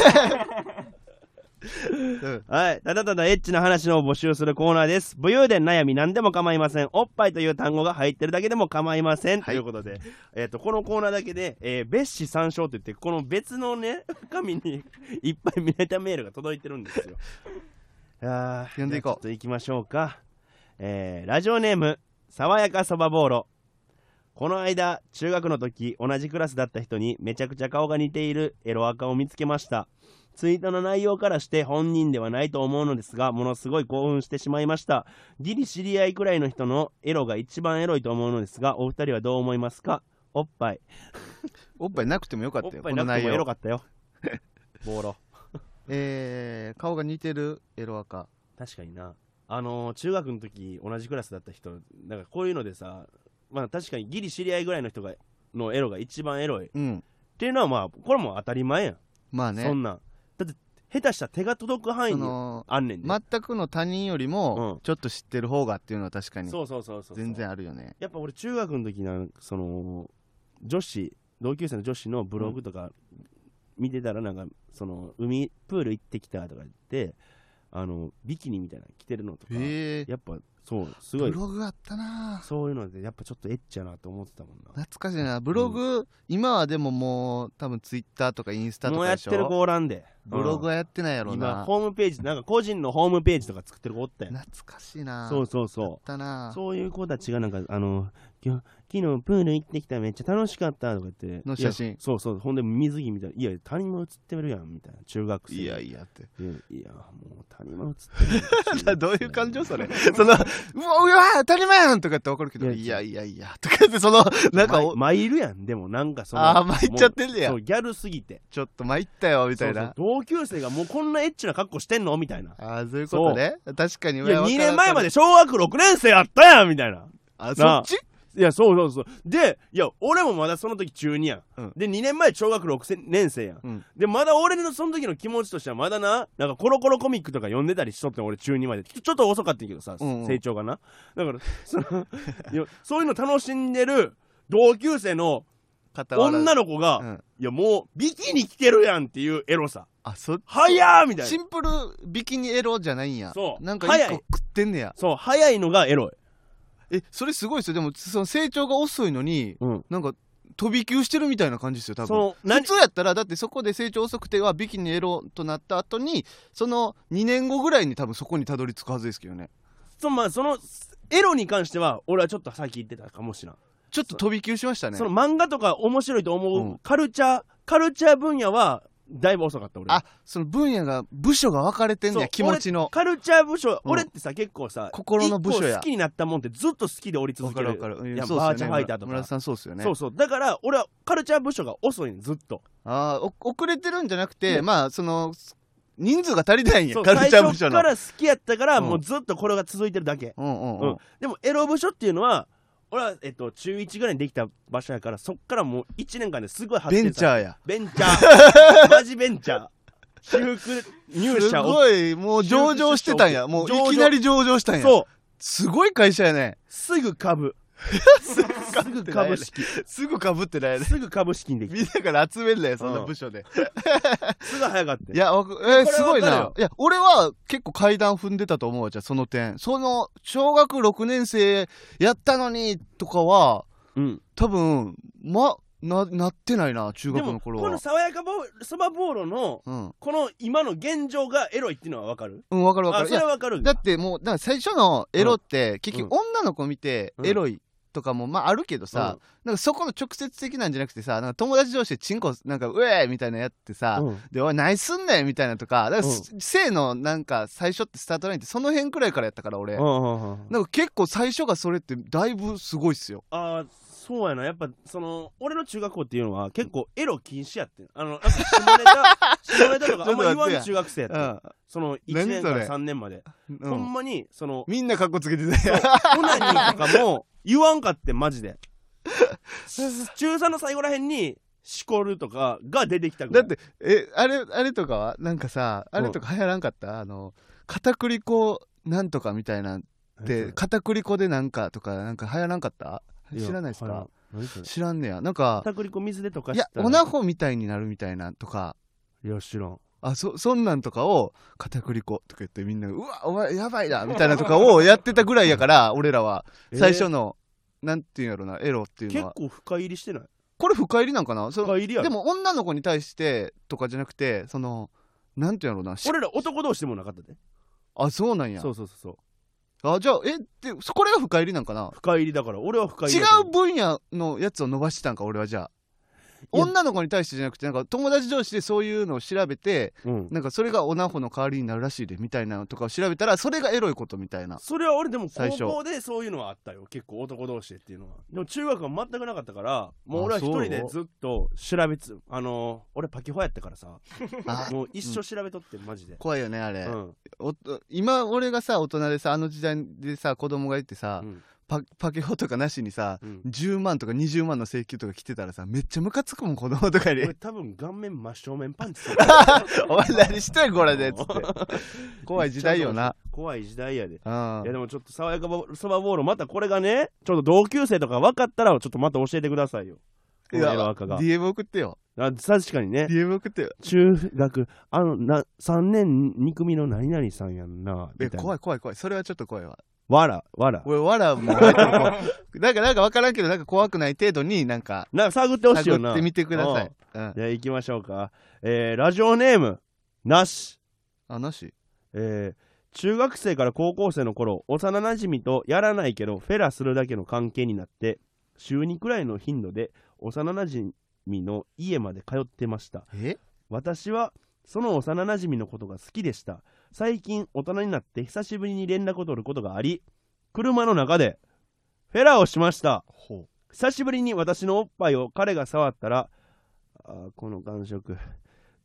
[SPEAKER 2] うん
[SPEAKER 1] はい。ただただエッチな話のを募集するコーナーです。武勇伝悩み何でも構いません。おっぱいという単語が入ってるだけでも構いません。
[SPEAKER 2] は
[SPEAKER 1] と
[SPEAKER 2] い
[SPEAKER 1] いうことで、えっ、と、このコーナーだけで、えー、別紙参照といって、この別のね、 紙にいっぱい見れたメールが届いてるんですよ。 あー
[SPEAKER 2] 読んでいこう
[SPEAKER 1] じゃあちょっと行きましょうか。えー、ラジオネーム、爽やかそばぼうろ。この間、中学の時、同じクラスだった人にめちゃくちゃ顔が似ているエロアカを見つけました。ツイートの内容からして本人ではないと思うのですが、ものすごい興奮してしまいました。ギリ知り合いくらいの人のエロが一番エロいと思うのですが、お二人はどう思いますかおっぱい。
[SPEAKER 2] おっぱいなくてもよかっ
[SPEAKER 1] おった
[SPEAKER 2] よ。
[SPEAKER 1] ぱ
[SPEAKER 2] こ
[SPEAKER 1] い
[SPEAKER 2] の
[SPEAKER 1] なく
[SPEAKER 2] 内
[SPEAKER 1] てもエロ
[SPEAKER 2] 容。
[SPEAKER 1] かったよ。 ボーロ。
[SPEAKER 2] えー、顔が似てるエロアカ。
[SPEAKER 1] 確かにな。あのー中学の時同じクラスだった人、なんかこういうのでさ、まあ確かにギリ知り合いぐらいの人がのエロが一番エロいっ
[SPEAKER 2] うん
[SPEAKER 1] ていうのはまあこれも当たり前やん、
[SPEAKER 2] まあね
[SPEAKER 1] そんなんだって下手したら手が届く範囲
[SPEAKER 2] そ
[SPEAKER 1] に
[SPEAKER 2] の
[SPEAKER 1] あんねんで、
[SPEAKER 2] 全くの他人より
[SPEAKER 1] う
[SPEAKER 2] も
[SPEAKER 1] ん
[SPEAKER 2] ちょっと知ってる方がっていうのは確かに
[SPEAKER 1] そうそうそうそう
[SPEAKER 2] 全然あるよね
[SPEAKER 1] やっぱ俺中学の時なんかその女子同級生の女子のブログとか見てたらなんかその海プール行ってきたとか言ってあのビキニみたいなの着てるのとか、
[SPEAKER 2] へえ
[SPEAKER 1] やっぱそうすご
[SPEAKER 2] ブ
[SPEAKER 1] い
[SPEAKER 2] ログあったな
[SPEAKER 1] そういうのでやっぱちょっとエッチやなと思ってたもんな
[SPEAKER 2] 懐かしいなブログ、今はでももう多分ツイッターとかインスタと
[SPEAKER 1] もう
[SPEAKER 2] か
[SPEAKER 1] や
[SPEAKER 2] で
[SPEAKER 1] っ
[SPEAKER 2] しょ
[SPEAKER 1] てる子おらんで
[SPEAKER 2] ブログはやってないや
[SPEAKER 1] うん
[SPEAKER 2] ろう
[SPEAKER 1] 今
[SPEAKER 2] な
[SPEAKER 1] ホームページなんか個人のホームページとか作ってる子おったやん
[SPEAKER 2] 懐かしいな
[SPEAKER 1] そううそうそ
[SPEAKER 2] だ
[SPEAKER 1] う
[SPEAKER 2] な
[SPEAKER 1] そういう子たちがなんかあの今日昨日プール行ってきためっちゃ楽しかったとか言って
[SPEAKER 2] の写真
[SPEAKER 1] いやそうそうほんで水着みたいないや谷間映ってるやんみたいな中学生
[SPEAKER 2] いやいやって
[SPEAKER 1] いやいやもう谷間映って る
[SPEAKER 2] どういう感情それその「うわうわ当たり前やん!」とかって分かるけど「い
[SPEAKER 1] い
[SPEAKER 2] や
[SPEAKER 1] や
[SPEAKER 2] いやいや」とかって そのなんか
[SPEAKER 1] か
[SPEAKER 2] お
[SPEAKER 1] 参るやんでもなんかその
[SPEAKER 2] あー参っちゃってるや
[SPEAKER 1] そ
[SPEAKER 2] ん
[SPEAKER 1] うギャルすぎて
[SPEAKER 2] ちょっと参ったよみたい
[SPEAKER 1] そう
[SPEAKER 2] な
[SPEAKER 1] そう同級生がもうこんなエッチな格好してんのみたいな
[SPEAKER 2] ああそういうことね確かにい
[SPEAKER 1] いや2年前まで小学6年生やったやんみたいな
[SPEAKER 2] あそ
[SPEAKER 1] な
[SPEAKER 2] っち
[SPEAKER 1] いやそうそうそうでいや俺もまだその時中2やん、
[SPEAKER 2] うん
[SPEAKER 1] で2年前小学6年生やん、
[SPEAKER 2] うん
[SPEAKER 1] でまだ俺のその時の気持ちとしてはまだななんかコロコロコミックとか読んでたりしとってん俺中2までちょちょっと遅かったんやけどさ、
[SPEAKER 2] うんうん
[SPEAKER 1] 成長がなだからそのいやそういうの楽しんでる同級生の女
[SPEAKER 2] の
[SPEAKER 1] の子が、
[SPEAKER 2] うん
[SPEAKER 1] いやもうビキニ着てるやんっていうエロさ
[SPEAKER 2] あそっ
[SPEAKER 1] 早ーみたい
[SPEAKER 2] シ
[SPEAKER 1] な
[SPEAKER 2] ンプルビキニエロじゃないんや
[SPEAKER 1] そう
[SPEAKER 2] なんか
[SPEAKER 1] 早い
[SPEAKER 2] 一個食ってんねや
[SPEAKER 1] そう早いのがエロい
[SPEAKER 2] えそれすごいですよでもその成長が遅いのに
[SPEAKER 1] うん
[SPEAKER 2] なんか飛び級してるみたいな感じですよ
[SPEAKER 1] そ
[SPEAKER 2] 多分
[SPEAKER 1] の何
[SPEAKER 2] 普通やったらだってそこで成長遅くてはビキニエロとなった後にその2年後ぐらいに多分そこにたどり着くはずですけどね
[SPEAKER 1] そのまあそのエロに関しては俺はちょっとさっき言ってたかもしれん
[SPEAKER 2] ちょっと飛び級しましたね
[SPEAKER 1] その漫画とか面白いと
[SPEAKER 2] う
[SPEAKER 1] 思
[SPEAKER 2] ん
[SPEAKER 1] うカルチャー、カルチャー分野はだいぶ遅かった俺
[SPEAKER 2] あその分野が部署が分かれてんね
[SPEAKER 1] そ
[SPEAKER 2] や
[SPEAKER 1] う
[SPEAKER 2] 気持ち
[SPEAKER 1] 俺
[SPEAKER 2] の
[SPEAKER 1] カルチャー部署、
[SPEAKER 2] うん
[SPEAKER 1] 俺ってさ結構さ
[SPEAKER 2] 心の部署や
[SPEAKER 1] 一個好きになったもんってずっと好きでおり
[SPEAKER 2] 分
[SPEAKER 1] 続
[SPEAKER 2] か
[SPEAKER 1] ける
[SPEAKER 2] る分かるうん
[SPEAKER 1] いや
[SPEAKER 2] そうっすよね
[SPEAKER 1] バーチャファイターとか
[SPEAKER 2] 村田さんそうっすよね
[SPEAKER 1] そうそうだから俺はカルチャー部署が遅いねんずっと
[SPEAKER 2] あーお遅れてるんじゃなくて、
[SPEAKER 1] うん
[SPEAKER 2] まあその人数が足りてないん
[SPEAKER 1] そ
[SPEAKER 2] や
[SPEAKER 1] う
[SPEAKER 2] カルチャー部署
[SPEAKER 1] 最初
[SPEAKER 2] の
[SPEAKER 1] から好きやったから、
[SPEAKER 2] うん
[SPEAKER 1] もうずっとこれが続いてるだけ、
[SPEAKER 2] うんうん
[SPEAKER 1] う
[SPEAKER 2] うん
[SPEAKER 1] ん、でもエロ部署っていうのは俺は、えっと、中1ぐらいにできた場所やからそっからもう1年間ですごい発
[SPEAKER 2] ベ
[SPEAKER 1] 展
[SPEAKER 2] ンチャーや
[SPEAKER 1] ベンチャー マジベンチャー私服入
[SPEAKER 2] す
[SPEAKER 1] 社を
[SPEAKER 2] ごいもう上場してたんやもういきなり上場したんや
[SPEAKER 1] そう
[SPEAKER 2] すごい会社やね
[SPEAKER 1] すぐ株すぐ株式
[SPEAKER 2] すぐかぶってないやね
[SPEAKER 1] すぐ株式にできた
[SPEAKER 2] みんなから集めるなよそんな
[SPEAKER 1] うん
[SPEAKER 2] 部署で、
[SPEAKER 1] すぐ早かった
[SPEAKER 2] いやわか
[SPEAKER 1] こ
[SPEAKER 2] えー
[SPEAKER 1] れは
[SPEAKER 2] すごい
[SPEAKER 1] わかる
[SPEAKER 2] な
[SPEAKER 1] よ
[SPEAKER 2] いや俺は結構階段踏んでたと思うわじゃあその点その小学6年生やったのにとかは
[SPEAKER 1] うん
[SPEAKER 2] 多分まななってないな中
[SPEAKER 1] で
[SPEAKER 2] 学の
[SPEAKER 1] も
[SPEAKER 2] 頃
[SPEAKER 1] この
[SPEAKER 2] は
[SPEAKER 1] 爽やかボーそばボーロの
[SPEAKER 2] うん
[SPEAKER 1] この今の現状がエロいっていうのはわかる
[SPEAKER 2] うんわかるわか
[SPEAKER 1] あ
[SPEAKER 2] るい
[SPEAKER 1] それ
[SPEAKER 2] や
[SPEAKER 1] はわかる
[SPEAKER 2] だってもうだから最初のエロって結局
[SPEAKER 1] う
[SPEAKER 2] 女の子見て
[SPEAKER 1] うん
[SPEAKER 2] エロいとかもまああるけどさ、なんかそこの直接的なんじゃなくてさなんか友達同士でチンコなんかウェーみたいなのやってさ、
[SPEAKER 1] うん
[SPEAKER 2] でおい何すんねんみたいなとかだから、性のなんか最初ってスタートラインってその辺くらいからやったから俺、
[SPEAKER 1] うんうん
[SPEAKER 2] なんか結構最初がそれってだいぶすごいっすよ
[SPEAKER 1] あーそうやなやっぱその俺の中学校っていうのは結構エロ禁止やってんあのなんか下ネタ下ネタとかあ んま言わん中学生やったその1年から3年まで
[SPEAKER 2] うん、
[SPEAKER 1] ほんまにそ の
[SPEAKER 2] みんなカッコつけてたよ
[SPEAKER 1] オナニーとかも言わんかってんマジで中3の最後らへんにしこるとかが出てきたぐ
[SPEAKER 2] だ
[SPEAKER 1] らい
[SPEAKER 2] ってえあれあれとかはなんかさあれとか流行らんかった、あの片栗粉なんとかみたいなんで片栗粉でなんかとかなんか流行らんかった知らないですか知らんねやなんか
[SPEAKER 1] 片栗粉水でとか
[SPEAKER 2] い
[SPEAKER 1] した
[SPEAKER 2] や
[SPEAKER 1] ら
[SPEAKER 2] おなほみたいになるみたいなとか
[SPEAKER 1] いや知らん
[SPEAKER 2] あそそんなんとかを片栗粉とか言ってみんなうわお前やばいなみたいなとかをやってたぐらいやから俺らは最初
[SPEAKER 1] の
[SPEAKER 2] の、なんていうんやろなエロっていう
[SPEAKER 1] 結
[SPEAKER 2] のは
[SPEAKER 1] 構深入りしてない
[SPEAKER 2] これ深入りなんかなその
[SPEAKER 1] 深入りや
[SPEAKER 2] で
[SPEAKER 1] ろ
[SPEAKER 2] も女の子に対してとかじゃなくてそのなんていうんやろなし
[SPEAKER 1] 俺ら男同士でもなかったで
[SPEAKER 2] あそうなんや
[SPEAKER 1] そうそうそうそう
[SPEAKER 2] あじゃあえってこれが深入りなんかな
[SPEAKER 1] 深入りだから俺は深入
[SPEAKER 2] 違
[SPEAKER 1] りだと
[SPEAKER 2] う
[SPEAKER 1] 思
[SPEAKER 2] 分野のやつを伸ばしてたんか俺はじゃあ
[SPEAKER 1] いや
[SPEAKER 2] 女の子に対してじゃなくてなんか友達同士でそういうのを調べて
[SPEAKER 1] う、うん、
[SPEAKER 2] なんかそれがオナホの代わりになるらしいでみたいなのとかを調べたらそれがエロいことみたいな
[SPEAKER 1] それは俺でも
[SPEAKER 2] 最初
[SPEAKER 1] 高校でそういうのはあったよ結構男同士でっていうのはでも中学は全くなかったからもう俺は一人でずっと調べつあのー俺パキホやったからさ
[SPEAKER 2] あ
[SPEAKER 1] もう一生調べとってマジで、
[SPEAKER 2] 怖いよねあれ、
[SPEAKER 1] うん
[SPEAKER 2] お今俺がさ大人でさあの時代でさ子供がいてさ、
[SPEAKER 1] うん
[SPEAKER 2] パパケホとかなしにさ
[SPEAKER 1] うん
[SPEAKER 2] 10万とか20万の請求とか来てたらさめっちゃムカつくもん子供と か
[SPEAKER 1] 俺
[SPEAKER 2] に
[SPEAKER 1] 多分顔面真正面パンチ する
[SPEAKER 2] お前何しとんこ れでっつって怖い時代よな
[SPEAKER 1] 怖い時代やで
[SPEAKER 2] うん
[SPEAKER 1] いやでもちょっと爽やかぼそばボールまたこれがねちょっと同級生とか分かったらちょっとまた教えてくださいよこ
[SPEAKER 2] い
[SPEAKER 1] の
[SPEAKER 2] や
[SPEAKER 1] エロ赤が
[SPEAKER 2] DM 送ってよ
[SPEAKER 1] あ確かにね
[SPEAKER 2] DM 送ってよ
[SPEAKER 1] 中学あのな3年2組の何々さんやんな
[SPEAKER 2] え
[SPEAKER 1] みたいな
[SPEAKER 2] 怖い怖い怖いそれはちょっと怖いわ
[SPEAKER 1] わらわら
[SPEAKER 2] 俺わらも入ってこうなんかなんか分からんけどなんか怖くない程度になんか
[SPEAKER 1] なんか探ってほしいよ
[SPEAKER 2] 探
[SPEAKER 1] な
[SPEAKER 2] ってみてくださいうん
[SPEAKER 1] じゃあ行きましょうかえーラジオネームなし
[SPEAKER 2] あなし
[SPEAKER 1] えー中学生から高校生の頃幼なじみとやらないけどフェラするだけの関係になって週2くらいの頻度で幼なじみの家まで通ってました
[SPEAKER 2] え
[SPEAKER 1] 私はその幼なじみのことが好きでした最近大人になって久しぶりに連絡を取ることがあり車の中でフェラをしました
[SPEAKER 2] ほ
[SPEAKER 1] 久しぶりに私のおっぱいを彼が触ったら「あーこの感触」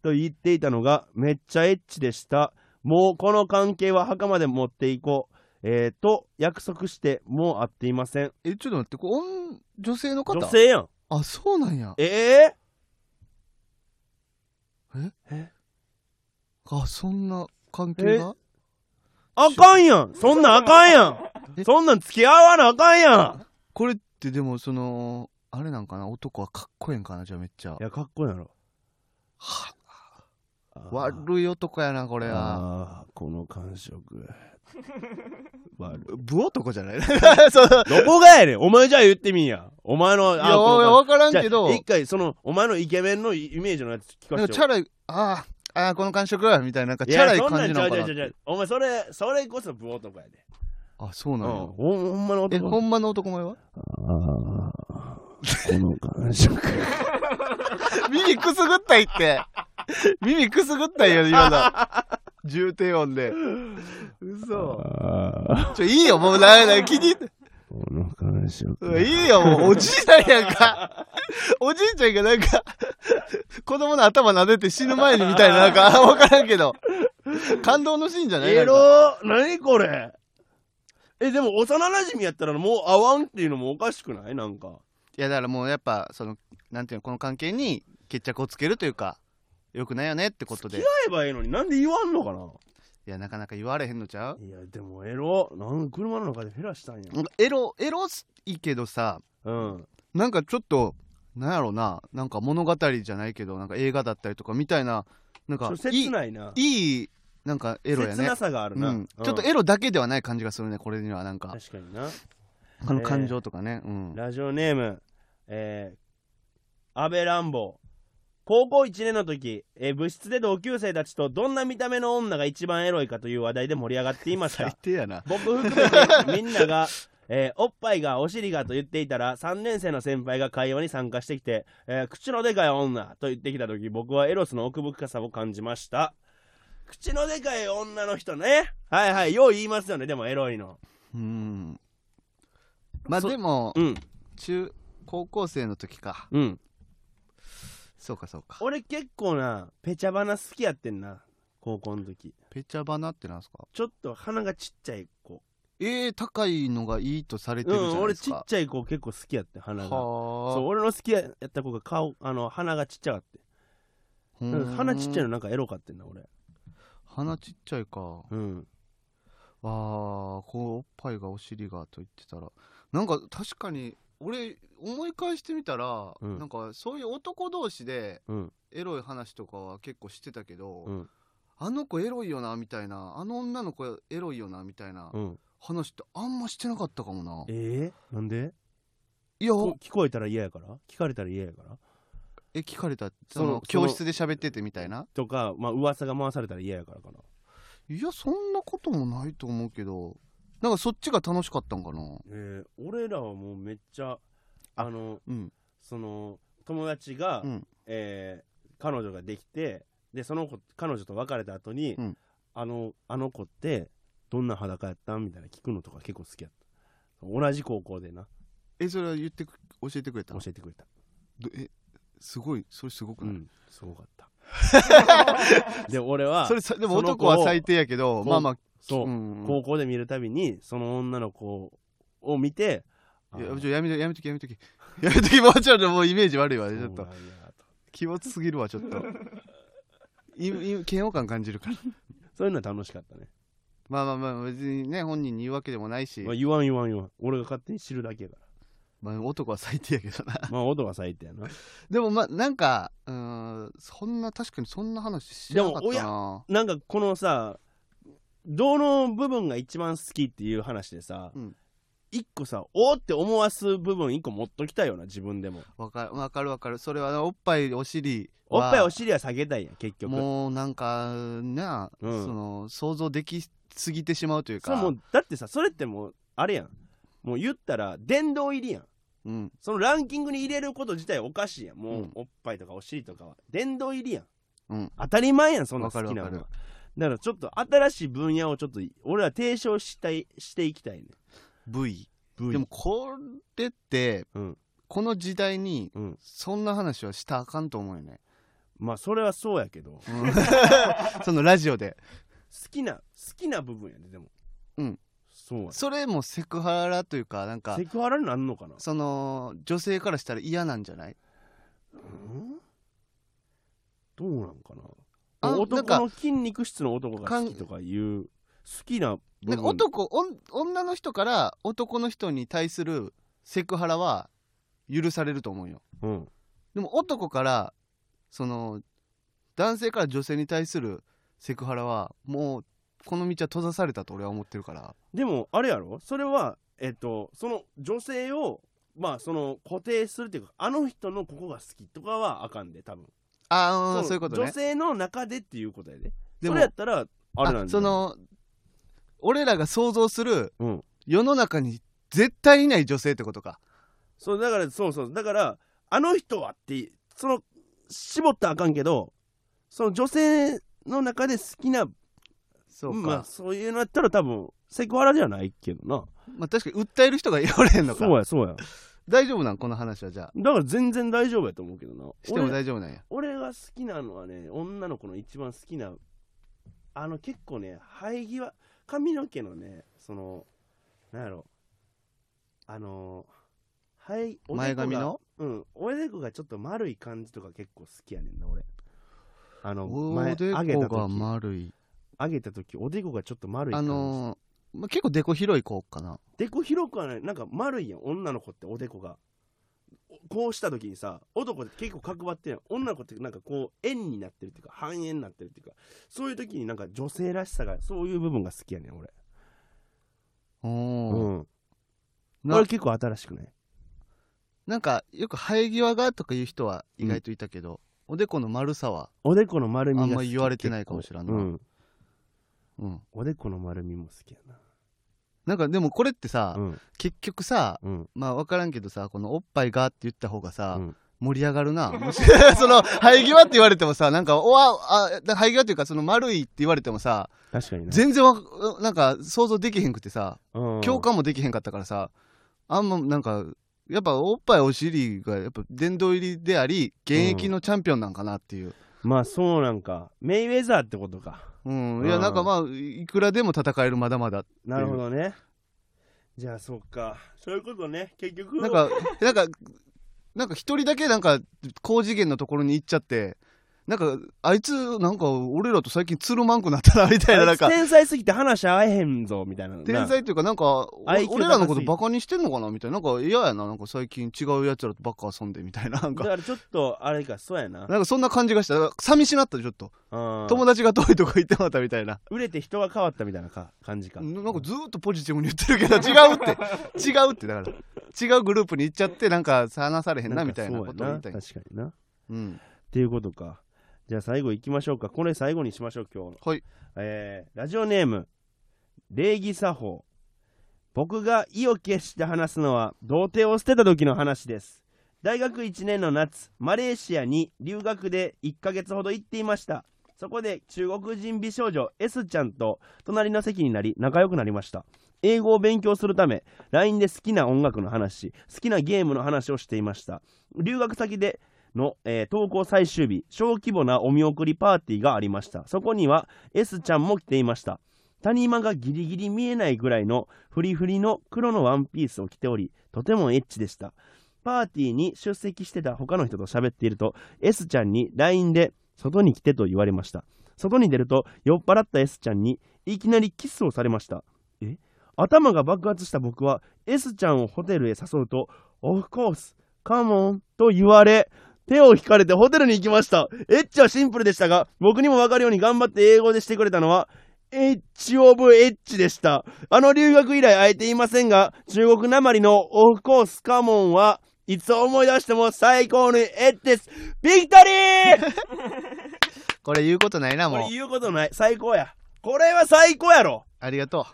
[SPEAKER 1] と言っていたのがめっちゃエッチでしたもうこの関係は墓まで持っていこうえー、と約束してもう会っていません
[SPEAKER 2] えちょっと待ってこれ女女性の方
[SPEAKER 1] 女性やん
[SPEAKER 2] あそうなんや
[SPEAKER 1] ええ
[SPEAKER 2] あそんな関係が
[SPEAKER 1] あかんや んそんなんあかんやん
[SPEAKER 2] え
[SPEAKER 1] そんなん付き合わなあかんやん
[SPEAKER 2] これってでもそのあれなんかな男はかっこええんかなじゃあめっちゃ
[SPEAKER 1] いやかっこいいやろ
[SPEAKER 2] は
[SPEAKER 1] あー
[SPEAKER 2] 悪い男やなこれは
[SPEAKER 1] あーこの感触悪い
[SPEAKER 2] ブ男じゃないそう
[SPEAKER 1] どこがやねんお前じゃあ言ってみんやお前のあ
[SPEAKER 2] い
[SPEAKER 1] ーこ
[SPEAKER 2] や
[SPEAKER 1] の感触
[SPEAKER 2] 分からんけど
[SPEAKER 1] じゃあ一回そのお前のイケメンのイイメージのやつ聞か
[SPEAKER 2] なん
[SPEAKER 1] せて
[SPEAKER 2] かチ
[SPEAKER 1] よ
[SPEAKER 2] ャラいあーあーこの感触みたいななんかチャ
[SPEAKER 1] や
[SPEAKER 2] ラい
[SPEAKER 1] そんな
[SPEAKER 2] 感
[SPEAKER 1] ん
[SPEAKER 2] じなのか
[SPEAKER 1] ち
[SPEAKER 2] な
[SPEAKER 1] ゃうちゃうちゃうちゃうお前それそれこそブ男やで
[SPEAKER 2] あそうなの
[SPEAKER 1] ほんほんまの
[SPEAKER 2] えほ
[SPEAKER 1] 男
[SPEAKER 2] んまの男前は
[SPEAKER 1] あ ーこの感触
[SPEAKER 2] 耳くすぐったいって耳くすぐったいよ今の重低音で嘘
[SPEAKER 1] あー
[SPEAKER 2] ちょいいよもうなな気に入って
[SPEAKER 1] この感触
[SPEAKER 2] うんいいよ、もう、おじいちゃんやんか。おじいちゃんがなんか、子供の頭撫でて死ぬ前にみたいな、なんか、わからんけど。感動のシーンじゃない
[SPEAKER 1] エ
[SPEAKER 2] なんか
[SPEAKER 1] ロ何これえでも幼馴染やったらもう会わんっていうのもおかしくないなんか
[SPEAKER 2] いや、だからもうやっぱ、その、なんていうの、この関係に決着をつけるというか、よくないよねってことで。
[SPEAKER 1] 付
[SPEAKER 2] い
[SPEAKER 1] き合えばいいのになんで言わんのかな
[SPEAKER 2] や、なかなか言われへんのちゃう
[SPEAKER 1] いやでもエロなんか車の中でフェラしたんや
[SPEAKER 2] なんかエロ、エロすいいけどさ、
[SPEAKER 1] うん
[SPEAKER 2] なんかちょっと、なんやろうな、なんか物語じゃないけど、なんか映画だったりとかみたいな、なん
[SPEAKER 1] ちょ
[SPEAKER 2] か
[SPEAKER 1] っと、
[SPEAKER 2] い
[SPEAKER 1] 切
[SPEAKER 2] い、
[SPEAKER 1] ないない
[SPEAKER 2] い、なんかエロや
[SPEAKER 1] 切
[SPEAKER 2] ね
[SPEAKER 1] な。さがあるな、
[SPEAKER 2] うん、ちょっとエロだけではない感じがするねこれにはなんか
[SPEAKER 1] 確かにな
[SPEAKER 2] あの感情とかね、うん
[SPEAKER 1] ラジオネームえー、安倍乱暴高校1年の時、えー部室で同級生たちとどんな見た目の女が一番エロいかという話題で盛り上がっていまし
[SPEAKER 2] 最
[SPEAKER 1] た
[SPEAKER 2] 低やな
[SPEAKER 1] 僕含めてみんなが、えーおっぱいがお尻がと言っていたら3年生の先輩が会話に参加してきて、えー口のでかい女と言ってきた時僕はエロスの奥深さを感じました口のでかい女の人ねはいはいよう言いますよねでもエロいの
[SPEAKER 2] うんまあ
[SPEAKER 1] そ
[SPEAKER 2] でも
[SPEAKER 1] うん
[SPEAKER 2] 中高校生の時か
[SPEAKER 1] うん
[SPEAKER 2] そうかそうか
[SPEAKER 1] 俺結構なペチャバナ好きやってんな高校の時
[SPEAKER 2] ペチャバナってなんすか
[SPEAKER 1] ちょっと鼻がちっちゃい子
[SPEAKER 2] えー、高いのがいいとされて
[SPEAKER 1] う
[SPEAKER 2] る
[SPEAKER 1] ん
[SPEAKER 2] じゃないで
[SPEAKER 1] 俺
[SPEAKER 2] す
[SPEAKER 1] ちっ
[SPEAKER 2] か、
[SPEAKER 1] ちゃい子結構好きやって鼻がそう
[SPEAKER 2] は
[SPEAKER 1] 俺の好きやった子が顔あの鼻がちっちゃかって
[SPEAKER 2] あ
[SPEAKER 1] なんか鼻ちっちゃい
[SPEAKER 2] の
[SPEAKER 1] のなんかエロかってんな俺
[SPEAKER 2] 鼻ちっちゃいか
[SPEAKER 1] うん
[SPEAKER 2] わあこうおっぱいがお尻がと言ってたらなんか確かに俺思い返してみたら、
[SPEAKER 1] うん
[SPEAKER 2] なんかそういう男同士で
[SPEAKER 1] うん
[SPEAKER 2] エロい話とかは結構してたけど、
[SPEAKER 1] うん
[SPEAKER 2] あの子エロいよなみたいなあの女の子エロいよなみたいな
[SPEAKER 1] うん
[SPEAKER 2] 話ってあんましてなかったかもな
[SPEAKER 1] えー、なんで
[SPEAKER 2] いや
[SPEAKER 1] こ聞こえたら嫌やから聞かれたら嫌やから
[SPEAKER 2] え聞かれた
[SPEAKER 1] そ
[SPEAKER 2] そ
[SPEAKER 1] の
[SPEAKER 2] の
[SPEAKER 1] その
[SPEAKER 2] 教室で喋っててみたいな
[SPEAKER 1] とかまあ噂が回されたら嫌やからかない
[SPEAKER 2] やそんなこともないと思うけどなんかそっちが楽しかったんかな
[SPEAKER 1] えー、俺らはもうめっちゃあの
[SPEAKER 2] うん
[SPEAKER 1] その友達が、
[SPEAKER 2] うん
[SPEAKER 1] えー彼女ができてでその子彼女と別れた後に、
[SPEAKER 2] うん
[SPEAKER 1] あのあの子ってどんな裸やったんみたいな聞くのとか結構好きやった同じ高校でな
[SPEAKER 2] えそれは言ってく教えてくれた
[SPEAKER 1] 教えてくれた、
[SPEAKER 2] どえすごいそれすごく
[SPEAKER 1] う
[SPEAKER 2] ない、
[SPEAKER 1] ん、すごかった で俺は
[SPEAKER 2] それさでも
[SPEAKER 1] その子
[SPEAKER 2] 男
[SPEAKER 1] を
[SPEAKER 2] は最低やけ
[SPEAKER 1] こ
[SPEAKER 2] ど
[SPEAKER 1] う
[SPEAKER 2] まあまあ
[SPEAKER 1] そう、
[SPEAKER 2] うんうん
[SPEAKER 1] 高校で見るたびにその女の子を見て
[SPEAKER 2] いや
[SPEAKER 1] あー
[SPEAKER 2] ちょやめときやめときやめとき やめときもうちょっともうイメージ悪いわちょっ
[SPEAKER 1] そう
[SPEAKER 2] と
[SPEAKER 1] なんやと
[SPEAKER 2] 気持ちすぎるわちょっ といい嫌悪感感じるから
[SPEAKER 1] そういうのは楽しかったね、
[SPEAKER 2] まあまあまあ別にね本人に言うわけでもないし
[SPEAKER 1] まあ、言わん言わん言わん俺が勝手に知るだけやか
[SPEAKER 2] まあ男は最低やけどな
[SPEAKER 1] らまあ音は最低やな
[SPEAKER 2] でもまあなんかうーんそんな確かにそんな話しなかった
[SPEAKER 1] で
[SPEAKER 2] な
[SPEAKER 1] なんかこのさどの部分が一番好きっていう話でさ、
[SPEAKER 2] うん
[SPEAKER 1] 一個さおーって思わす部分一個持っときたいよな自分でも
[SPEAKER 2] わかるわかるわかるそれはおっぱいお尻
[SPEAKER 1] お
[SPEAKER 2] は
[SPEAKER 1] っぱいお尻は下げたいやん結局
[SPEAKER 2] もうなんかな、
[SPEAKER 1] うん
[SPEAKER 2] その想像できすぎてしまうという
[SPEAKER 1] それ
[SPEAKER 2] か
[SPEAKER 1] もうだってさそれってもうあれやんもう言ったら殿堂入りやん
[SPEAKER 2] うん、
[SPEAKER 1] そのランキングに入れること自体おかしいやんもう、
[SPEAKER 2] うん
[SPEAKER 1] おっぱいとかお尻とかは殿堂入りやん、
[SPEAKER 2] うん
[SPEAKER 1] 当たり前やんそんな
[SPEAKER 2] わか
[SPEAKER 1] 好
[SPEAKER 2] る
[SPEAKER 1] きな
[SPEAKER 2] わか
[SPEAKER 1] の
[SPEAKER 2] る
[SPEAKER 1] はだからちょっと新しい分野をちょっと俺は提唱したいしていきたいね
[SPEAKER 2] V
[SPEAKER 1] 分
[SPEAKER 2] でもこれって、
[SPEAKER 1] うん
[SPEAKER 2] この時代に
[SPEAKER 1] うん
[SPEAKER 2] そんな話はしたらあかんと思うよね、
[SPEAKER 1] まあそれはそうやけど好
[SPEAKER 2] うんそのラジオで
[SPEAKER 1] きな好きな部分やねでも
[SPEAKER 2] うん
[SPEAKER 1] そうや
[SPEAKER 2] それもセクハラというかなんか
[SPEAKER 1] セクハラになんのかな
[SPEAKER 2] その女性からしたら嫌なんじゃない
[SPEAKER 1] うんどうなんか
[SPEAKER 2] あ
[SPEAKER 1] な
[SPEAKER 2] なん
[SPEAKER 1] 男
[SPEAKER 2] か
[SPEAKER 1] の筋肉質の男が好きとかいう好きな部
[SPEAKER 2] なん
[SPEAKER 1] 分
[SPEAKER 2] か男おん女の人から男の人に対するセクハラは許されると思うよ
[SPEAKER 1] うん
[SPEAKER 2] でも男からその男性から女性に対するセクハラはもうこの道は閉ざされたと俺は思ってるから
[SPEAKER 1] でもあれやろそれはえっとその女性をまあその固定するっていうかあの人のここが好きとかはあかんで多分
[SPEAKER 2] ああ
[SPEAKER 1] の
[SPEAKER 2] そういうことね
[SPEAKER 1] 女性の中でっていうことやで
[SPEAKER 2] で
[SPEAKER 1] それやったらあれなんだ
[SPEAKER 2] その俺らが想像する
[SPEAKER 1] うん
[SPEAKER 2] 世の中に絶対いない女性ってことか
[SPEAKER 1] そうだからそうそうだからあの人はってその絞ったらあかんけどその女性の中で好きな
[SPEAKER 2] そ
[SPEAKER 1] まあ、そういうのやったら多分セクハラじゃないけどな
[SPEAKER 2] まあ、確かに訴える人がおれへんのか
[SPEAKER 1] そうやそうや
[SPEAKER 2] 大丈夫なんこの話はじゃあ
[SPEAKER 1] だから全然大丈夫やと思うけどな
[SPEAKER 2] しても大丈夫なんや
[SPEAKER 1] 俺が好きなのはね女の子の一番好きなあの結構ね生え際髪の毛のねそのなんやろあの生えおでこが
[SPEAKER 2] 前髪の
[SPEAKER 1] うんおでこがちょっと丸い感じとか結構好きやねんな俺あの
[SPEAKER 2] お
[SPEAKER 1] 前
[SPEAKER 2] で
[SPEAKER 1] 上げた
[SPEAKER 2] こが
[SPEAKER 1] 時
[SPEAKER 2] 丸い
[SPEAKER 1] 上げた時おでこがちょっと丸い
[SPEAKER 2] あ
[SPEAKER 1] 感じ、
[SPEAKER 2] のーまあ、結構デコ広い子かな
[SPEAKER 1] でこ広くはないなんか丸いやん女の子っておでこがおこうした時にさ男って結構角張ってるやん女の子ってなんかこう円になってるっていうか半円になってるっていうかそういう時になんか女性らしさがそういう部分が好きやねん俺
[SPEAKER 2] お
[SPEAKER 1] う
[SPEAKER 2] ー
[SPEAKER 1] ん、
[SPEAKER 2] な
[SPEAKER 1] 俺結構新しくない
[SPEAKER 2] なんかよく生え際がとかいう人は意外といたけど、おでこの丸さは、
[SPEAKER 1] おでこの丸みが好き
[SPEAKER 2] あんま言われてないかもしらんな
[SPEAKER 1] 結構うん
[SPEAKER 2] うん、
[SPEAKER 1] おでこの丸みも好きやな
[SPEAKER 2] なんかでもこれってさ、
[SPEAKER 1] うん
[SPEAKER 2] 結局さ
[SPEAKER 1] うん
[SPEAKER 2] まあ分からんけどさこのおっぱいがって言った方がさ、
[SPEAKER 1] うん
[SPEAKER 2] 盛り上が るな もしその生え際って言われてもさなんかおわあ生え際っていうかその丸いって言われてもさ
[SPEAKER 1] 確かにな
[SPEAKER 2] 全然わなんか想像できへんくてさ
[SPEAKER 1] うん
[SPEAKER 2] 共感もできへんかったからさあんまなんかやっぱおっぱいお尻がやっぱ殿堂入りであり現役のチャンピオンなんかなっていう、
[SPEAKER 1] まあそうなんかメイウェザーってことか
[SPEAKER 2] うん
[SPEAKER 1] うん
[SPEAKER 2] いやなんかまあいくらでも戦えるまだまだ
[SPEAKER 1] なるほどねじゃあそっかそういうことね結局
[SPEAKER 2] なんかなんかなんか一人だけなんか高次元のところに行っちゃってなんかあいつなんか俺らと最近つるまんくなったなみたいななんか
[SPEAKER 1] あいつ天才すぎて話合えへんぞみたいな
[SPEAKER 2] 天才っていうかなんかお
[SPEAKER 1] IQ
[SPEAKER 2] 俺らのことバカにしてんのかなみたいななんか嫌やななんか最近違うやつらとばっか遊んでみたいななん
[SPEAKER 1] な
[SPEAKER 2] か
[SPEAKER 1] だからちょっとあれかそうやな
[SPEAKER 2] なんかそんな感じがした。だから寂しなった、ちょっと。
[SPEAKER 1] うん
[SPEAKER 2] 友達が遠いとこ行ってもらったみたいな。
[SPEAKER 1] 売れて人が変わったみたいなか感じか
[SPEAKER 2] なんかずーっとポジティブに言ってるけど、違うって。違うって、だから。違うグループに行っちゃって、なんか話されへんなみたいなことを言い
[SPEAKER 1] ん
[SPEAKER 2] た
[SPEAKER 1] か
[SPEAKER 2] い
[SPEAKER 1] そうやな。確かになっ
[SPEAKER 2] うん。
[SPEAKER 1] ていうことかじゃあ最後行きましょうかこれ最後にしましょう今日の
[SPEAKER 2] はい
[SPEAKER 1] えーラジオネーム礼儀作法僕が意を決して話すのは童貞を捨てた時の話です大学1年の夏マレーシアに留学で1ヶ月ほど行っていましたそこで中国人美少女 S ちゃんと隣の席になり仲良くなりました英語を勉強するため LINE で好きな音楽の話好きなゲームの話をしていました留学先での、えー登校最終日小規模なお見送りパーティーがありましたそこには S ちゃんも来ていました谷間がギリギリ見えないぐらいのフリフリの黒のワンピースを着ており、とてもエッチでした。パーティーに出席してた他の人と喋っていると、S ちゃんに LINE で外に来てと言われました。外に出ると酔っ払った S ちゃんにいきなりキスをされました。え頭が爆発した僕は S ちゃんをホテルへ誘うと、オフコース、カモンと言われ、手を引かれてホテルに行きました。エッチはシンプルでしたが、僕にもわかるように頑張って英語でしてくれたのは、エッチオブエッチでした。あの留学以来会えていませんが、中国なまりのオフコースカモンは、いつ思い出しても最高のエッチです。ビクトリー
[SPEAKER 2] これ言うことないな、
[SPEAKER 1] こ
[SPEAKER 2] も
[SPEAKER 1] れ
[SPEAKER 2] う。
[SPEAKER 1] 言うことない。最高や。これは最高やろ。
[SPEAKER 2] ありがと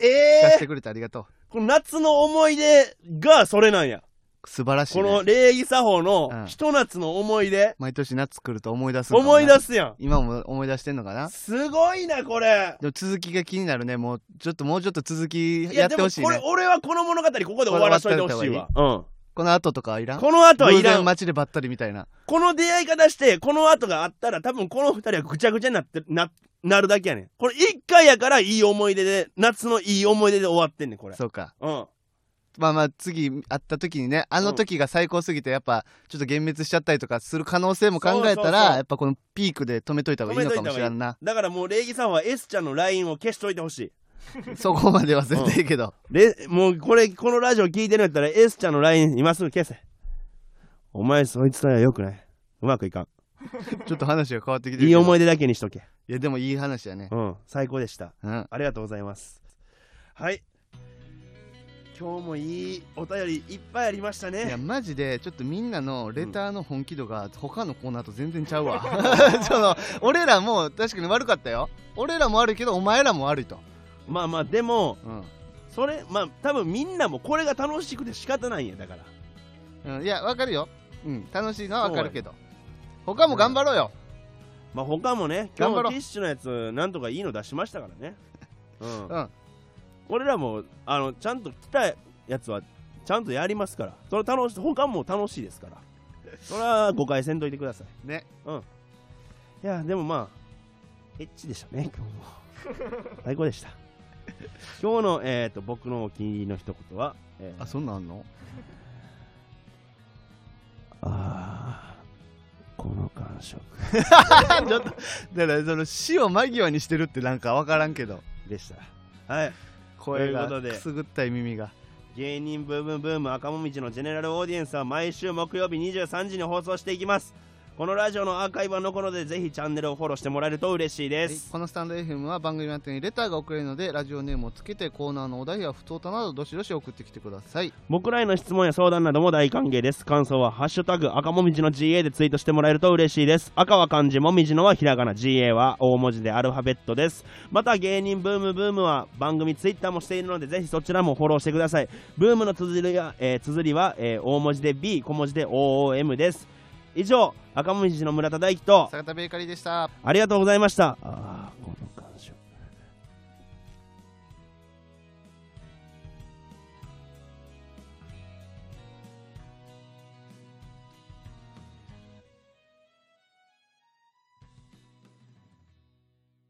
[SPEAKER 1] え
[SPEAKER 2] う。聞かせ
[SPEAKER 1] え
[SPEAKER 2] てくれてありがと
[SPEAKER 1] この夏の思い出がそれなんや。
[SPEAKER 2] う。素晴らしい、
[SPEAKER 1] こ
[SPEAKER 2] ね。
[SPEAKER 1] の礼儀作法
[SPEAKER 2] う
[SPEAKER 1] の
[SPEAKER 2] ん
[SPEAKER 1] ひと夏の思い出、
[SPEAKER 2] 毎年夏来ると思い出すんかもな
[SPEAKER 1] 思い出すやん。
[SPEAKER 2] 今も思い出してんのかな
[SPEAKER 1] すごいな、これ。
[SPEAKER 2] でも続きが気になるね。もう、ちょっともうちょっと続き
[SPEAKER 1] い
[SPEAKER 2] やってほしい
[SPEAKER 1] でも
[SPEAKER 2] ね。
[SPEAKER 1] これ、俺はこの物語、ここで終わらせといてほしいわ。うん。
[SPEAKER 2] この後とかはいらん
[SPEAKER 1] この後はい
[SPEAKER 2] 偶
[SPEAKER 1] ら
[SPEAKER 2] 然
[SPEAKER 1] ん。
[SPEAKER 2] 街でばったりみたいな。
[SPEAKER 1] この出会い方して、この後があったら、多分この二人はぐちゃぐちゃになってる、な、なるだけやねん。これ一回やからいい思い出で、夏のいい思い出で終わってんねん、これ。
[SPEAKER 2] そうか。
[SPEAKER 1] うん。
[SPEAKER 2] まあまあ、次会った時にね、あの時が最高すぎて、やっぱ、ちょっと幻滅しちゃったりとかする可能性も考え
[SPEAKER 1] そ
[SPEAKER 2] た
[SPEAKER 1] うそうそ
[SPEAKER 2] ら、
[SPEAKER 1] う
[SPEAKER 2] やっぱこのピークで止めといた方がいいのかもしれんな。
[SPEAKER 1] だからもう礼儀さんは S ちゃんの LINE を消しといてほしい。
[SPEAKER 2] そこまでは絶対いいけど。
[SPEAKER 1] れもうこれ、このラジオ聞いてるんやったら S ちゃんの LINE 今すぐ消せ。お前そいつとは良くない。うまくいかん。
[SPEAKER 2] ちょっと話が変わってきてるけ
[SPEAKER 1] い
[SPEAKER 2] ど。
[SPEAKER 1] い思い出だけにしとけ。
[SPEAKER 2] いや、でもいい話やね。
[SPEAKER 1] うん、最高でした。
[SPEAKER 2] うん。
[SPEAKER 1] ありがとうございます。はい。今日もいいお便りいっぱいありました
[SPEAKER 2] いや
[SPEAKER 1] ね。
[SPEAKER 2] マジでちょっとみんなのレターの本気度が他のコーナーと全然ちゃ うわ その俺らも確かに悪かったよ俺らも悪いけどお前らも悪いと、
[SPEAKER 1] まあまあ、でも、
[SPEAKER 2] うん
[SPEAKER 1] それ、まあ、多分みんなもこれが楽しくて仕方ないんや、だから。
[SPEAKER 2] うん、いやわかるよ、うん、楽しいのはわかるけど他も頑張ろうよ、
[SPEAKER 1] まあ、他もね、今
[SPEAKER 2] 頑張
[SPEAKER 1] 日
[SPEAKER 2] ろ
[SPEAKER 1] テ
[SPEAKER 2] う
[SPEAKER 1] ィッシュのやつ、なんとかいいの出しましたからね。うん。
[SPEAKER 2] うん
[SPEAKER 1] 俺らも、あの、ちゃんと来たやつは、ちゃんとやりますから。それ楽し、他も楽しいですから。それは誤解せんといてください。
[SPEAKER 2] ね
[SPEAKER 1] いや、でもまあ、エッチでしたね、今日も。最高でした。 今日の、えー、と僕のお気に入りの一言は、えー
[SPEAKER 2] あそんなんあんの
[SPEAKER 1] あー、この感触
[SPEAKER 2] あちょっとだからその死を間際にしてるってなんかわからんけど
[SPEAKER 1] でした。はい、
[SPEAKER 2] 声が
[SPEAKER 1] ということ
[SPEAKER 2] く
[SPEAKER 1] です
[SPEAKER 2] ぐったい耳が
[SPEAKER 1] 芸人ブームブーム赤もみじのジェネラルオーディエンスは毎週木曜日23時に放送していきます。このラジオのアーカイブは残るので、ぜひチャンネルをフォローしてもらえると嬉しいで
[SPEAKER 2] はい
[SPEAKER 1] す。
[SPEAKER 2] このスタンド FM は番組宛てにレターが送れるのでラジオネームをつけてコーナーのお題や不当たなどどしどし送ってきてください
[SPEAKER 1] 僕らへの質問や相談なども大歓迎です。感想はハッシュタグ赤もみじの GA でツイートしてもらえると嬉しいです。赤は漢字、もみじのはひらがな、GA は大文字でアルファベットです。また芸人ブームブームは番組ツイッターもしているのでぜひそちらもフォローしてください。ブームの綴りは、えー綴りは、えー大文字で B、小文字で OOM です。以上、赤もみじの村田大樹と
[SPEAKER 2] 坂田ベーカリーでした
[SPEAKER 1] ありがとうございました。あー